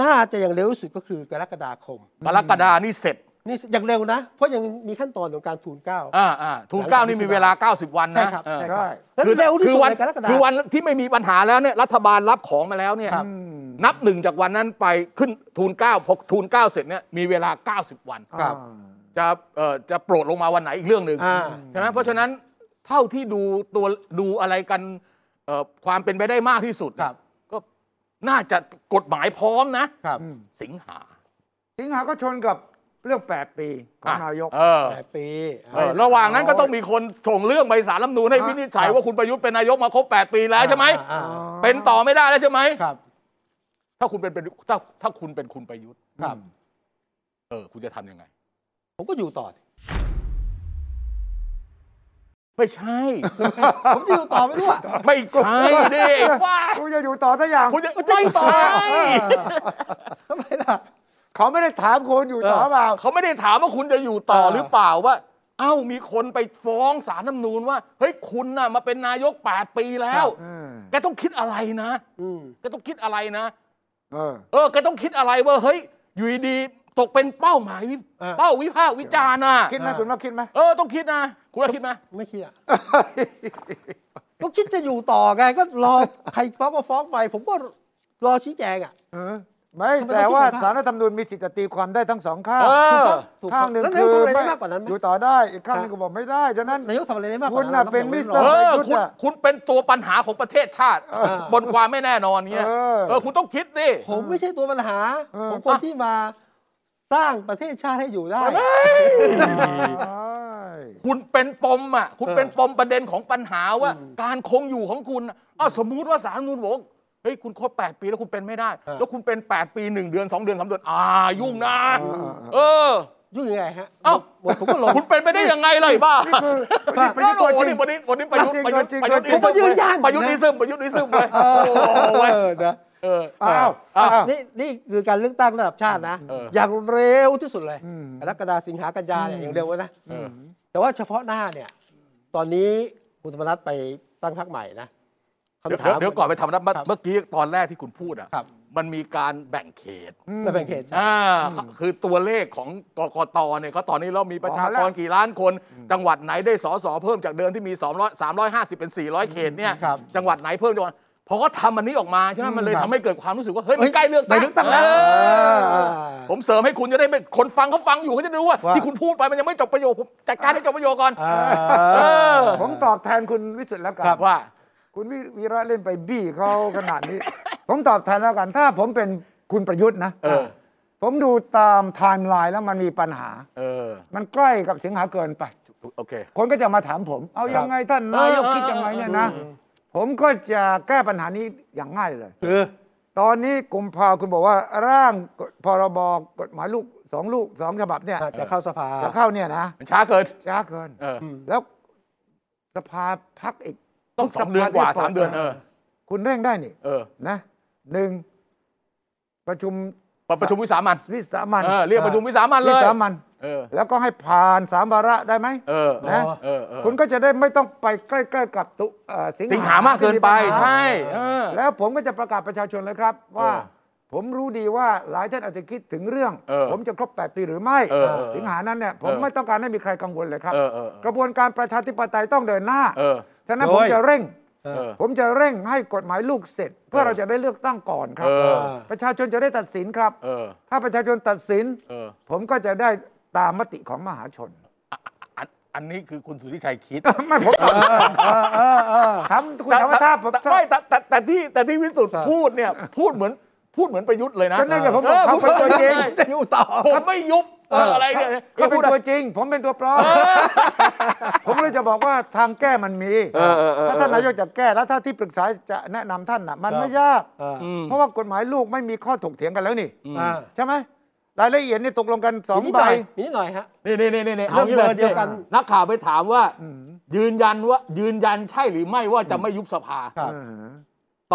S1: น่าจะอย่างเร็วที่สุดก็คือกรกฎาคม
S2: กรกฎานี่เสร็จ
S1: นี่อย่างเร็วนะ เพราะยังมีขั้นตอนของการทูลเกล้า
S2: อ่าอ่าทูลเกล้านี่มีเวลา 90 วัน
S1: ใช่
S2: นะครับ เออ
S1: ใช่ค
S3: ใช่
S1: รับแล้วเร็วที่สุด
S2: วั
S1: ในกรกฎา
S2: คือ
S1: ม
S2: วันที่ไม่มีปัญหาแล้วเนี่ยรัฐบาลรับของมาแล้วเนี่ย
S1: ครับ
S3: อืม
S2: นับหนึ่งจากวันนั้นไปขึ้นทูลเกล้าพอทูลเกล้าเสร็จเนี่ยมีเวลา 90 วัน
S1: ครับ
S3: อ่า
S2: จะเอ่อจะโปรดลงมาวันไหนอีกเรื่องหนึ่ง
S1: อ่า
S2: ใช่ไหมเพราะฉะนั้นเท่าที่ดูตัวดูอะไรกันเอ่อความเป็นไปได้มากที่สุด
S1: ครับ
S2: ก็น่าจะกฎหมายพร้อมนะ
S1: ครับ
S3: อืม
S2: สิงหา
S3: สิงหาก็ชนกับเรื่อง 8 ปีของ
S2: ะ
S3: นายก
S2: เออ
S1: แปดปี
S2: เออระหว่างนั้นก็ต้องมีคนส่งเรื่องไปศาลรัฐธรรมนูญให้วินิจฉัยว่าคุณประยุทธ์เป็นนายกมาครบ 8 ปีแล้วใช่ไหม
S1: อ่า
S3: อ๋อ
S2: เป็นต่อไม่ได้แล้วใช่ไหม
S1: ครับ
S2: ถ้าคุณเป็นเป็นถ้าถ้าคุณเป็นคุณประยุทธ์
S1: ครับ
S2: เออคุณจะทำยังไง
S1: ผมก็อยู่ต่อดิ
S2: ไม่ใช่
S1: ผมจะอยู่ต่อไม่รู้อะ
S2: ไม่ใช่ดิว่า
S3: กูจะอยู่ต่อทั้งอย่าง
S2: คุณจะไม่ใช่
S1: ทำไมล่ะ
S3: เขาไม่ได้ถามคุณอยู่ต่อ
S1: เออ
S3: เปล่า
S2: เขาไม่ได้ถามว่าคุณจะอยู่ต่อ
S1: เออ
S2: หรือเปล่าว่า เอ้ามีคนไปฟ้องสารน้ำนูนว่า เฮ้ยคุณน่ะมาเป็นนายก 8 ปีแล้ว
S3: อืม
S2: แกต้องคิดอะไรนะ
S1: อืม
S2: แกต้องคิดอะไรนะ
S3: เออ
S2: เออแกต้องคิดอะไรว่าเฮ้ยอยู่ดีๆตกเป็นเป้าหมายวิ
S1: เออ
S2: เป้าวิพากษ์วิจารณ์นะ
S3: คิดไหม
S1: อ่า
S3: คุณว่าคิดไหม
S2: เออต้องคิดนะ คุณว่าคิดไหม
S1: ไม่คิดอ่ะ ก็คิดจะอยู่ต่อไงก็รอใครฟ้องก็ฟ้องไป ผมก็รอชี้แจงอ่ะ
S3: เออไม่
S1: ทำไม
S3: แต่
S1: ต้องคิด
S3: ว่า
S1: แบบนั้น
S3: สารรัฐธรรมนูญมีสิทธิ์จะตีความได้ทั้งสองข้าง
S2: เอ
S1: ถูก
S2: อ
S1: ปะถูกปะ
S3: ข้างหนึ่ง
S1: แล้วนา
S3: คื
S1: ยก
S3: อ
S1: ทำอะไร
S3: ไม่
S1: ได้มากกว่านั้นไหม
S3: อยู่ต่อได้อีกข้างหนึง
S1: ครับ
S3: ก็บอกไม่ได้ฉะนั้น
S1: นายกทำอะไรได้มากกว่า
S3: คุณ
S1: นั้น
S3: น่ะเป็นมิสเตอร์
S2: เอ
S1: รา
S2: อคุณคุณเป็นตัวปัญหาของประเทศชาติ
S1: ไม่ได้หรอก
S2: บนความไม่แน่นอนเนี้ย
S3: เออ
S2: เออคุณต้องคิดดิ
S1: ผมไม่ใช่ตัวปัญหา
S3: เออ
S1: ผมคนที่มาสร้างประเทศชาติให้อยู่ได้
S3: ใช่
S2: คุณเป็นปมอ่ะ คุณ
S1: เออ
S2: เป็นปมประเด็นของปัญหาว่า
S1: อืม
S2: การคงอยู่ของคุณอะอ้าวสมมุติว่าสารรัฐธรรมนูนบอกว่าเฮ้ยคุณครบ8 ปีแล้วคุณเป็นไม่ได้
S1: เออ
S2: แล้วคุณเป็น 8 ปี 1 เดือน 2 เดือน 3 เดือน อ่า ยุ่งนะ
S3: เอ
S2: เอ
S3: อเออ
S2: อ
S1: ยุ่งยังไงฮะ
S2: เอ้า
S1: หมดผมก็ลง
S2: คุณเป็นไปได้ยังไงล่ะไอ้บ้า
S3: นี่คือ
S1: ว่า
S3: นี่
S2: โอ้โห
S3: เป็น
S2: นี่
S3: ตัว
S2: วัน
S3: จริง
S2: นี้วันนี้ประยุทธ์ประยุทธ์
S3: จริงๆ
S2: ประยุทธ์
S3: จริงๆ
S1: ผมก็ยืนยัน
S2: ประยุทธ์นิซึมประยุทธ์นิซึมเลยโอ้โหเว้ย
S1: เนะ
S2: เออ
S3: เอ้าว
S2: เอ้า
S3: อ้าว
S1: นี่นี่คือการเลือกตั้งระดับชาตินะ
S2: เออ
S1: อย่างเร็วที่สุดเลย
S3: อืม
S1: กรกฎาสิงหากันยาเนี่ยอย่างเร็วเลยนะ
S2: เออ
S1: แต่ว่าเฉพาะหน้าเนี่ย ตอนนี้คุณธรรมนัฐไปตั้งพรรคใหม่นะ
S2: เดี๋ยว
S1: คำถาม
S2: เดี๋ยวก่อนไปทำนะเมื่อ
S1: ครับ
S2: เมื่อกี้ตอนแรกที่คุณพูดอ่ะ
S1: ครับ
S2: มันมีการแบ่งเขต
S3: อืม
S1: ไม่เป็นเขต
S2: อ่าคือตัวเลขของกกตเนี่ยเขาตอนนี้เรามีประชา
S3: ออก
S2: ก
S3: มาแล้
S2: ร
S3: ว
S2: กี่ล้านคน จังหวัดไหนได้สสเพิ่มจากเดิมที่มี200 350 เป็น 400 เขตเนี่ย
S1: ครับ
S2: จังหวัดไหนเพิ่มจังหวัดพอเขาทำอันนี้ออกมาใช่ไหมมันเลยทำให้เกิดความรู้สึกว่าเฮ้ยมันใกล้เลือกตั้
S1: ได้เลือกตั้งแล้ว
S2: เออ
S1: เออ
S2: ผมเสริมให้คุณจะได้ไม่คนฟังเขาฟังอยู่เขาจะได้รู้ว่า
S1: ว่า
S2: ที่คุณพูดไปมันยังไม่จบประโยคผมจัดการให้จบประโยคก่อน
S1: เอ
S2: เออ
S1: อ
S3: ผมตอบแทนคุณวิสุทธ์แล้วกัน
S1: ครับ
S2: ว่า
S3: คุณวิวีระเล่นไปบี้เขาขนาดนี้ ผมตอบแทนแล้วกัน ถ้าผมเป็นคุณประยุทธ์นะ
S2: เออ
S3: ผมดูตามไทม์ไลน์แล้วมันมีปัญหา
S2: เออ
S3: มันใกล้กับสิงหาเกินไป
S2: โอเค
S3: คนก็จะมาถามผม เอายังไงท่านนายกคิดยังไงเนี่ยนะ
S1: เออ
S3: ผมก็จะแก้ปัญหานี้อย่างง่ายเลย
S1: คือ
S3: ตอนนี้กุมภาคุณบอกว่าร่างกฎพรบกฎหมายลูกสองลูกสองฉบับเนี่ย
S1: จะเข้าสภา
S3: จะเข้าเนี่ยนะ
S2: มันช้าเกิน
S3: ช้าเกิน
S2: เออ
S1: อืม
S3: แล้วสภาพักอีก
S2: ต้องสองเดือนกว่าสามเดือนเออ
S3: คุณเร่งได้นี่
S2: เออ
S3: นะหนึ่งประชุม
S2: ประชุมวิสามัน
S3: วิสามัน
S2: เออเรียกประชุมวิสามันเล
S3: วิ
S2: ย
S3: สามัน
S2: เออ
S3: แล้วก็ให้ผ่านสามวาระได้ไหม
S2: เออ
S3: นะ
S2: เออเออ
S3: คุณก็จะได้ไม่ต้องไปใกล้ๆกับตุเอ่อสิงหา
S2: สิงหามากเกินไปใช่เออ
S3: แล้วผมก็จะประกาศประชาชนเลยครับ ว่า
S2: เออ
S3: ผมรู้ดีว่าหลายท่านอาจจะคิดถึงเรื่อง
S2: เออ
S3: ผมจะครบ 8 ปีหรือไม่
S2: เออเออ
S3: สิงหานั้นเนี่ยผม
S2: เออ
S3: ไม่ต้องการให้มีใครกังวลเลยครับ
S2: เออเออก
S3: ระบวนการประชาธิปไตยต้องเดินหน้า
S2: เออ
S3: ฉะนั้น
S1: โอ้
S3: ผม
S1: ย
S3: จะเร่ง
S1: เ เออ
S2: เออ
S3: ผมจะเร่งให้กฎหมายลูกเสร็จ เพื่อ
S2: เออ
S3: เราจะได้เลือกตั้งก่อนค
S2: เอ
S3: รับ
S2: อ
S3: ประชาชนจะได้ตัดสินครับ
S2: เออ
S3: ถ้าประชาชนตัดสิน
S2: เออ
S3: ผมก็จะได้ตามมติของมหาชน
S2: อันอันนี้คือคุณสุทธิชัยคิด
S3: ไม่ผม
S1: เออเออเออ
S3: ถามคุณถามว่าถ้าผม
S2: แต่ไม่แต่แต่แต่ที่แต่ที่วิสุทธ์
S1: ครับ
S2: พูดเนี่ย พูดเหมือนพูดเหมือนประยุทธ์เลยนะ
S3: ก็นั่นไงผมบอ
S2: เอกอ
S3: เขาเป็นตัวจริ
S2: ผ
S3: ง
S2: ม
S1: จะอยู่ต่อ
S2: ผมไม่ยุบเอออะไรเนี่ย
S3: เขาเป็น
S2: พูด
S3: ตัวจริง ผมเป็นตัวปลอมผมเลยจะบอกว่าทางแก้มันมี
S2: เออเออเออ
S3: ถ้าท่านนายกจะแก้แล้วถ้าที่ปรึกษาจะแนะนำท่านน่ะ มัน
S1: ครับ
S3: ไม่ยาก
S1: เออ
S2: อืม
S3: เพราะว่ากฎหมายลูกไม่มีข้อถกเถียงกันแล้วนี่
S2: อืม
S1: อ่า
S3: ใช่ไหมรายละเอียดนี่ตกลงกันสอง
S1: มีนิด
S3: ใบ
S1: หน่ยมีนิดหน่อยฮะ
S2: นี่นี่นี่นี่นี่
S1: เรื่อง
S2: างี้ล
S1: เบอร์เดียวกัน
S2: นักข่าวไปถามว่า
S3: อืม
S2: ยืนยันว่า ยืนยันใช่หรือไม่ว่าจะไม่ยุบสภา
S1: ครับ
S3: อ่า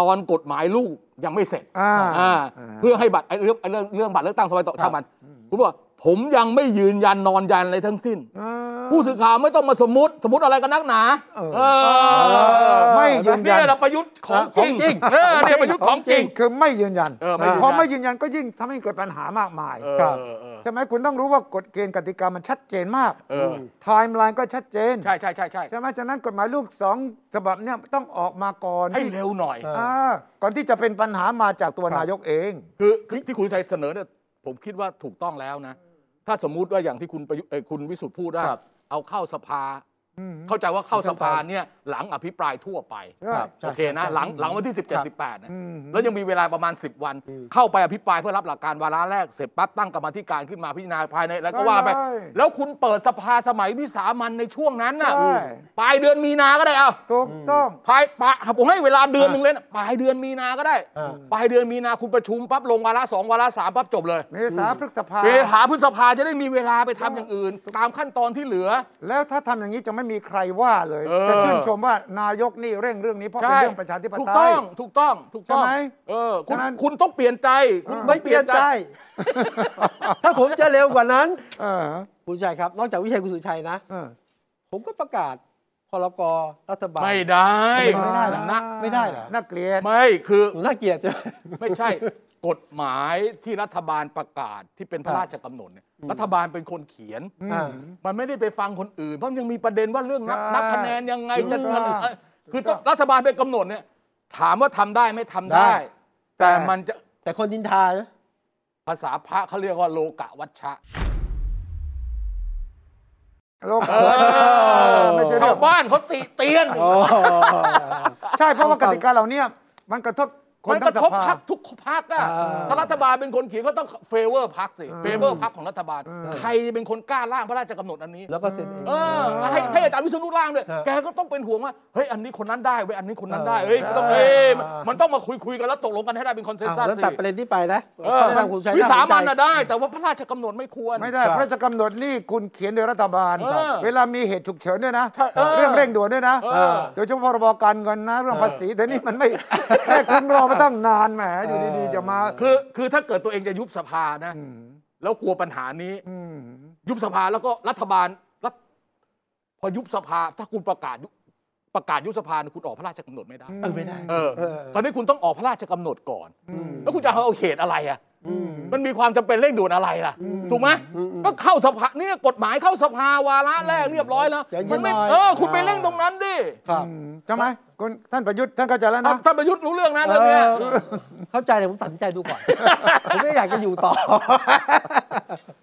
S2: ตอนกฎหมายลูกยังไม่เสร็จ
S3: อ่า
S2: อ่า
S3: า
S2: เพื่อให้บัตรไอ้เรื่องไอ้เรื่องเรื่องบัตรเลือกตั้งสมัยต่อ
S1: ครับ
S2: ช่างมันคุณบอกว่าผมยังไม่ยืนยันนอนยันอะไรทั้งสิ้น
S3: อ่า
S2: ผู้สื่อข่าวไม่ต้องมาสมมติ สมมติอะไรกันนักหนา
S3: เออ
S2: เออ
S3: ไม่ยืน
S2: เนี่
S3: ยั
S2: ย
S3: น
S2: เราประยุทธ์ของจริง
S1: ของจริง
S2: เออเนี่ยประยุทธ์ของจริง
S3: คือไม่ยืนยัน
S2: เออไม่ยืนยัน
S3: พอไม่ยืนยันก็ยิ่งทำให้เกิดปัญหามากมาย
S2: เออ
S1: ครับ
S2: เออ
S3: ใช่ไหมคุณต้องรู้ว่ากฎเกณฑ์กติกามันชัดเจนมาก
S2: เออ
S3: ไทม์ไลน์ก็ชัดเจน
S2: ใช่ใช่ใช่ใช่
S3: ใช่ไหมฉะนั้นกฎหมายลูกสองฉบับเนี่ยต้องออกมาก่อน
S2: ให้เร็วหน่อย
S1: เออ
S3: อ่าก่อนที่จะเป็นปัญหามาจากตัว
S1: ครับ
S3: นายกเอง
S2: คือที่ที่คุณชัยเสนอเนี่ยผมคิดว่าถูกต้องแล้วนะ ถ้าสมมุติว่าอย่างที่คุณประยุทธ์เอ่อคุณวิสุทธ์พูดว่า
S1: ครับ
S2: เอาเข้าสภา
S3: อืม
S2: เข้าใจว่าเข้าสภาเนี่ยหลังอภิปรายทั่วไป
S1: ครับ
S2: โอเคนะ
S1: ใช่
S2: หลังหลังวันที่
S1: ครับ
S2: 17 18นะ
S3: อืม
S2: แล้วยังมีเวลาประมาณ 10 วัน
S1: อืม
S2: เข้าไปอภิปรายเพื่อรับหลักการวาระแรกเสร็จปั๊บตั้งกรรมาธิการขึ้นมาพิจารณาภายในแล้วก็ว่าไป
S3: ใช่
S2: แล้วคุณเปิดสภาสมัยวิสามันในช่วงนั้นน่ะ
S3: ใช่
S2: ปลายเดือนมีนาก็ได้เอา
S3: ถูกต้อง
S2: ปลายปลายผมให้เวลาเดือนหนึ่งเลยนะปลายเดือนมีนาก็ได้
S1: อ่า
S2: ปลายเดือนมีนาคุณประชุมปั๊บลงวาระสองวาระสามปั๊บจบเลย
S3: เมษาพฤษภา
S2: เวหาพฤษภาจะได้มีเวลาไปทำอย่างอื่น ตามขั้นตอนที่เหลือ
S3: แล้วถ้าทำอย่างนี้จะไม่มีใครว่าเลย
S2: เออ
S3: จะชื่นชมว่านายกนี่เร่งเรื่องนี้เพราะเป็นเรื่องประชาธิป
S2: ถูก
S3: ไต
S2: ต้
S3: ย
S2: องถูกต้องถูกต้อง
S3: ใช่ไหม
S2: เออคุณ
S3: ฉะนั้น
S2: คุณต้องเปลี่ยนใจคุณ
S1: ไม่เปลี่ยนใจ ถ้าผมจะเร็วกว่านั้น
S3: เออ
S1: คุณชัยครับ นอกจากวิชัยคุณสุชัยนะ
S3: เออ
S1: ผมก็ประกาศพรกรัฐบาล
S2: ไม่ได้
S1: ไม่ได้เหรอ
S2: นะ
S1: ไม่ได้เหรอ
S3: น่าเกลียด
S2: ไม่คือ
S1: หนูน่าเกลียดใช่ไหม
S2: ไม่ใช่ กฎหมายที่รัฐบาลประกาศที่เป็นพระราชกำหนดเนี่ย
S1: อืม
S2: รัฐบาลเป็นคนเขียน
S3: อืม
S1: อ่า
S2: มันไม่ได้ไปฟังคนอื่น เพราะมันยังมีประเด็นว่าเรื่องนับนับ
S3: ใช่
S2: คะแนนยังไง
S3: ถู
S2: จะ
S3: กต้อง
S2: เอ่อคือ
S3: ถูกต้อง
S2: รัฐบาลไปกำหนดเนี่ย ถามว่าทำได้ไหม่ทำได้
S1: ได้
S2: แต่
S3: แต่
S2: มันจะ
S1: แต่คนดินทาใช่ไหม
S2: ภาษาพระเขาเรียกว่าโลกะวัชชะ
S3: โลก
S2: เออ
S3: ไม่ใช่
S2: ชา
S3: เรื่อ
S2: ว
S3: ง
S2: บ้านเขาติเตียน
S1: อ๋อ
S3: ใช่เพราะว่ากติกาเหล่าเนี้ยมันกระทบค
S2: มัน นก
S3: ทั้ง
S2: ระ
S3: ส
S2: ทบ
S3: ภา
S2: พักทุกพักอะ
S1: เออ
S2: ถ้ารัฐบาลเป็นคนเขียนก็ต้องเฟเวอร์พักสิ
S3: เออ
S2: เฟเวอร์พักของรัฐบาล
S3: เออ
S2: ใครเป็นคนกล้าร่างพระราชกำหนดอันนี้
S1: แล้วก็เซ็นเอง
S2: เออให้ให้อาจารย์วิษณุร่างด้วย
S1: ฮะ
S2: แกก็ต้องเป็นห่วงว่าเฮ้ยอันนี้คนนั้นได้เว้ยอันนี้คนนั้นได้
S1: เออ
S2: เฮ้ยมันต้อง
S1: ใช่
S2: เฮ้ยมันมันต้องมาคุยคุยกันแล้วตกลงกันให้ได้เป็นคอนเซน
S1: อ้าว
S2: แซัส
S1: แล้ว
S2: สิ
S1: ตัดประเด็นที่ไปนะ
S2: เออ
S1: ข้างล่างคุณชัย
S2: วิสามัน
S1: น่าสนใจ
S2: น่ะได้ แต่ว่าพระราชกำหนดไม่ควร
S3: ไม่ได้พระราชกำหนดนี่คุณเขียนโดยรัฐบาล
S2: เออ
S3: เวลามีเหตุฉุกเฉินด้วยนะ
S2: ใช่เออ
S3: เรื่องเร่งด่วนด้วยนะ
S2: เอ
S1: เอ
S2: อ
S1: อ
S3: โดยเฉพาะพรบการเงินนะเรื่องภาษีแต่นี่มันไม่ แค่คุณรอมาตั้งนานแหมอยู่ดีๆจะมา
S2: คือคือถ้าเกิดตัวเองจะยุบสภานะ
S3: ม
S2: แล้วกลัวปัญหานี้
S3: อืม
S2: ยุบสภาแล้วก็รัฐบาลรัฐพอยุบสภาถ้าคุณประกาศยุบประกาศยุบสภาเนี่ยคุณออกพระราชกำหนดไม่ได้
S1: เออไม่ได้
S2: เออ
S1: เออ
S2: ตอนนี้คุณต้องออกพระราชกำหนดก่อน
S3: อืม
S2: แล้วคุณจะเอาเหตุอะไรอ่ะ
S1: อืม
S2: มันมีความจำเป็นเร่งด่วนอะไรล่ะ
S3: อืม
S2: ถูกไหม
S1: อืมอืม
S2: ก็เข้าสภาเนี่ยกฎหมายเข้าสภาวาระแรกเรียบร้อยแล้ว
S1: ใจเย็น
S2: มัไม่
S1: หน่อย
S2: เออคุณไปเร่งตรงนั้นดิ
S1: ครับ
S3: อืมใช่ไหมคุณท่านประยุทธ์ท่านเข้าใจแล้ว
S2: เอา
S3: นะ
S2: ท่านประยุทธ์รู้เรื่องนะเรื่องเนี้ย
S1: เออเข้าใจเลยผมตัดสินใจดู ก่อน ผมไม่อยากจะอยู่ต่อ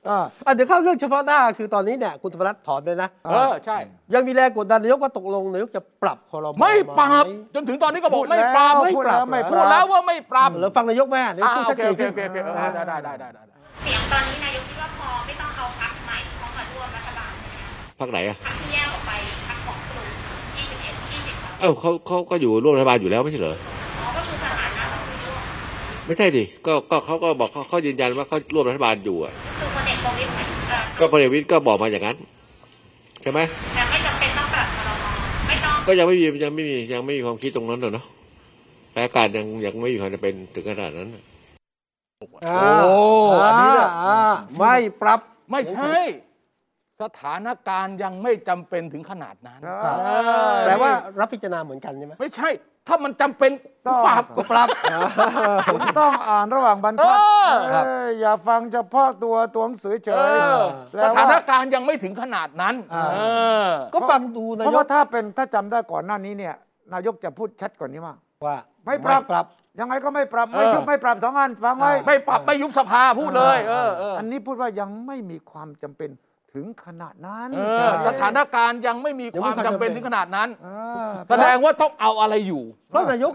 S3: อ่า
S1: อ่ะเดี๋ยวเข้าเรื่องเฉพาะหน้า คือตอนนี้เนี่ยคุณธรรมนัฐถอนเลยนะ
S2: เออใช่
S1: ยังมีแรงกดดันนายกว่าตกลงนายกจะปรับคอรม
S2: ไม่ปราบ
S1: ไหม
S2: จนถึงตอนนี้ก็บอก
S3: พูด
S2: ไม่
S3: แล้ว
S2: ปราบ
S3: พูดแล้วไม่ป
S2: พูด
S3: ราบ
S2: แล้วว่าไม่ปราบ
S1: แล้วฟังนายกแม่นายก
S2: อ่า
S1: พูด
S2: โอ
S1: ชัด
S2: เค
S1: เจน
S2: โอเค
S1: ขึ้น
S2: โอเคโอเคเออ
S1: นะ
S2: ได้ได้ได้ได้ได้ได้
S4: เสียงตอนนี้นายกคิดว่าพอไม่ต้องเอาพรรคใหม่เข้ามาร่วมรัฐบาล
S5: พักไหนอ่ะ
S4: พรรคที่แยกออกไปพรรคของกลุ่ม21 22
S5: เอ้าเขาเขาก็อยู่ร่วมรัฐบาลอยู่แล้วไม่ใช่เหรอ
S4: อ๋อก็คือสถานะก็คือร่วม
S5: ไม่ใช่ดิ ก็ก็เขาก็บอกเขาเขายืนยันว่าเขาร่วมรัฐบาลอยู่อ่ะ
S4: ก็คือคนเอกประวิตรเอ่อ
S5: ก็พลเอกประวิตยก็บอกมาอย่างนั้น ใช่ไหม
S4: แต่ไม่จำเป็นต้องปรับครมไม่ต้อง
S5: ก็ยังไม่มียังไม่มียังไม่มีความคิดตรงนั้นหรอกเนาะแม้การยังยังไม่มีความจะเป็นถึงขนาดนั้น
S1: อ่า
S2: โอ้อันนี้เนี่ย
S1: อ่าอ่าไม่ปรับ
S2: ไม่ใช่ สถานการณ์ยังไม่จำเป็นถึงขนาดนั้น
S3: ครับ
S2: เออ
S1: แปลว่ารับพิจารณาเหมือนกันใช่ไหม
S2: ไม่ใช่ ถ้ามันจำเป็นกูปราบ
S1: ก็ปรับอ่า
S3: คุณต้องอ่านระหว่างบรรทัด
S2: เออ
S1: ครับ
S3: เอ้ยอย่าฟังเฉพาะตัวตัวหนังสือเฉ
S2: เอย อ
S3: แปล
S2: ส
S3: ว่
S2: ถานการณ์ยังไม่ถึงขนาดนั้น
S1: อ่า
S2: เออ
S1: ก็ฟังดูนา
S3: เพราะ
S1: ย
S3: ว่าก ถ้าเป็นถ้าจำได้ก่อนหน้านี้เนี่ย นายกจะพูดชัดกว่านี้มาก
S1: ว่า
S3: ไม่ปรับ
S1: ปรับ
S3: ยังไงก็ไม่ปรับ
S2: เออ
S3: ไม่ยุบไม่ปรับสองอันฟังไว้
S1: อ่า
S2: ไม่ปรับไม่ยุบสภาพูดเลยเออเออ
S3: อันนี้พูดว่ายังไม่มีความจำเป็นถึงขนาดนั้น
S2: เออสถานการณ์ยังไม่มีความจำเป็นถึงขนาดนั้น
S3: เออ
S2: แสดงว่าต้องเอาอะไรอยู่
S1: เพราะนายก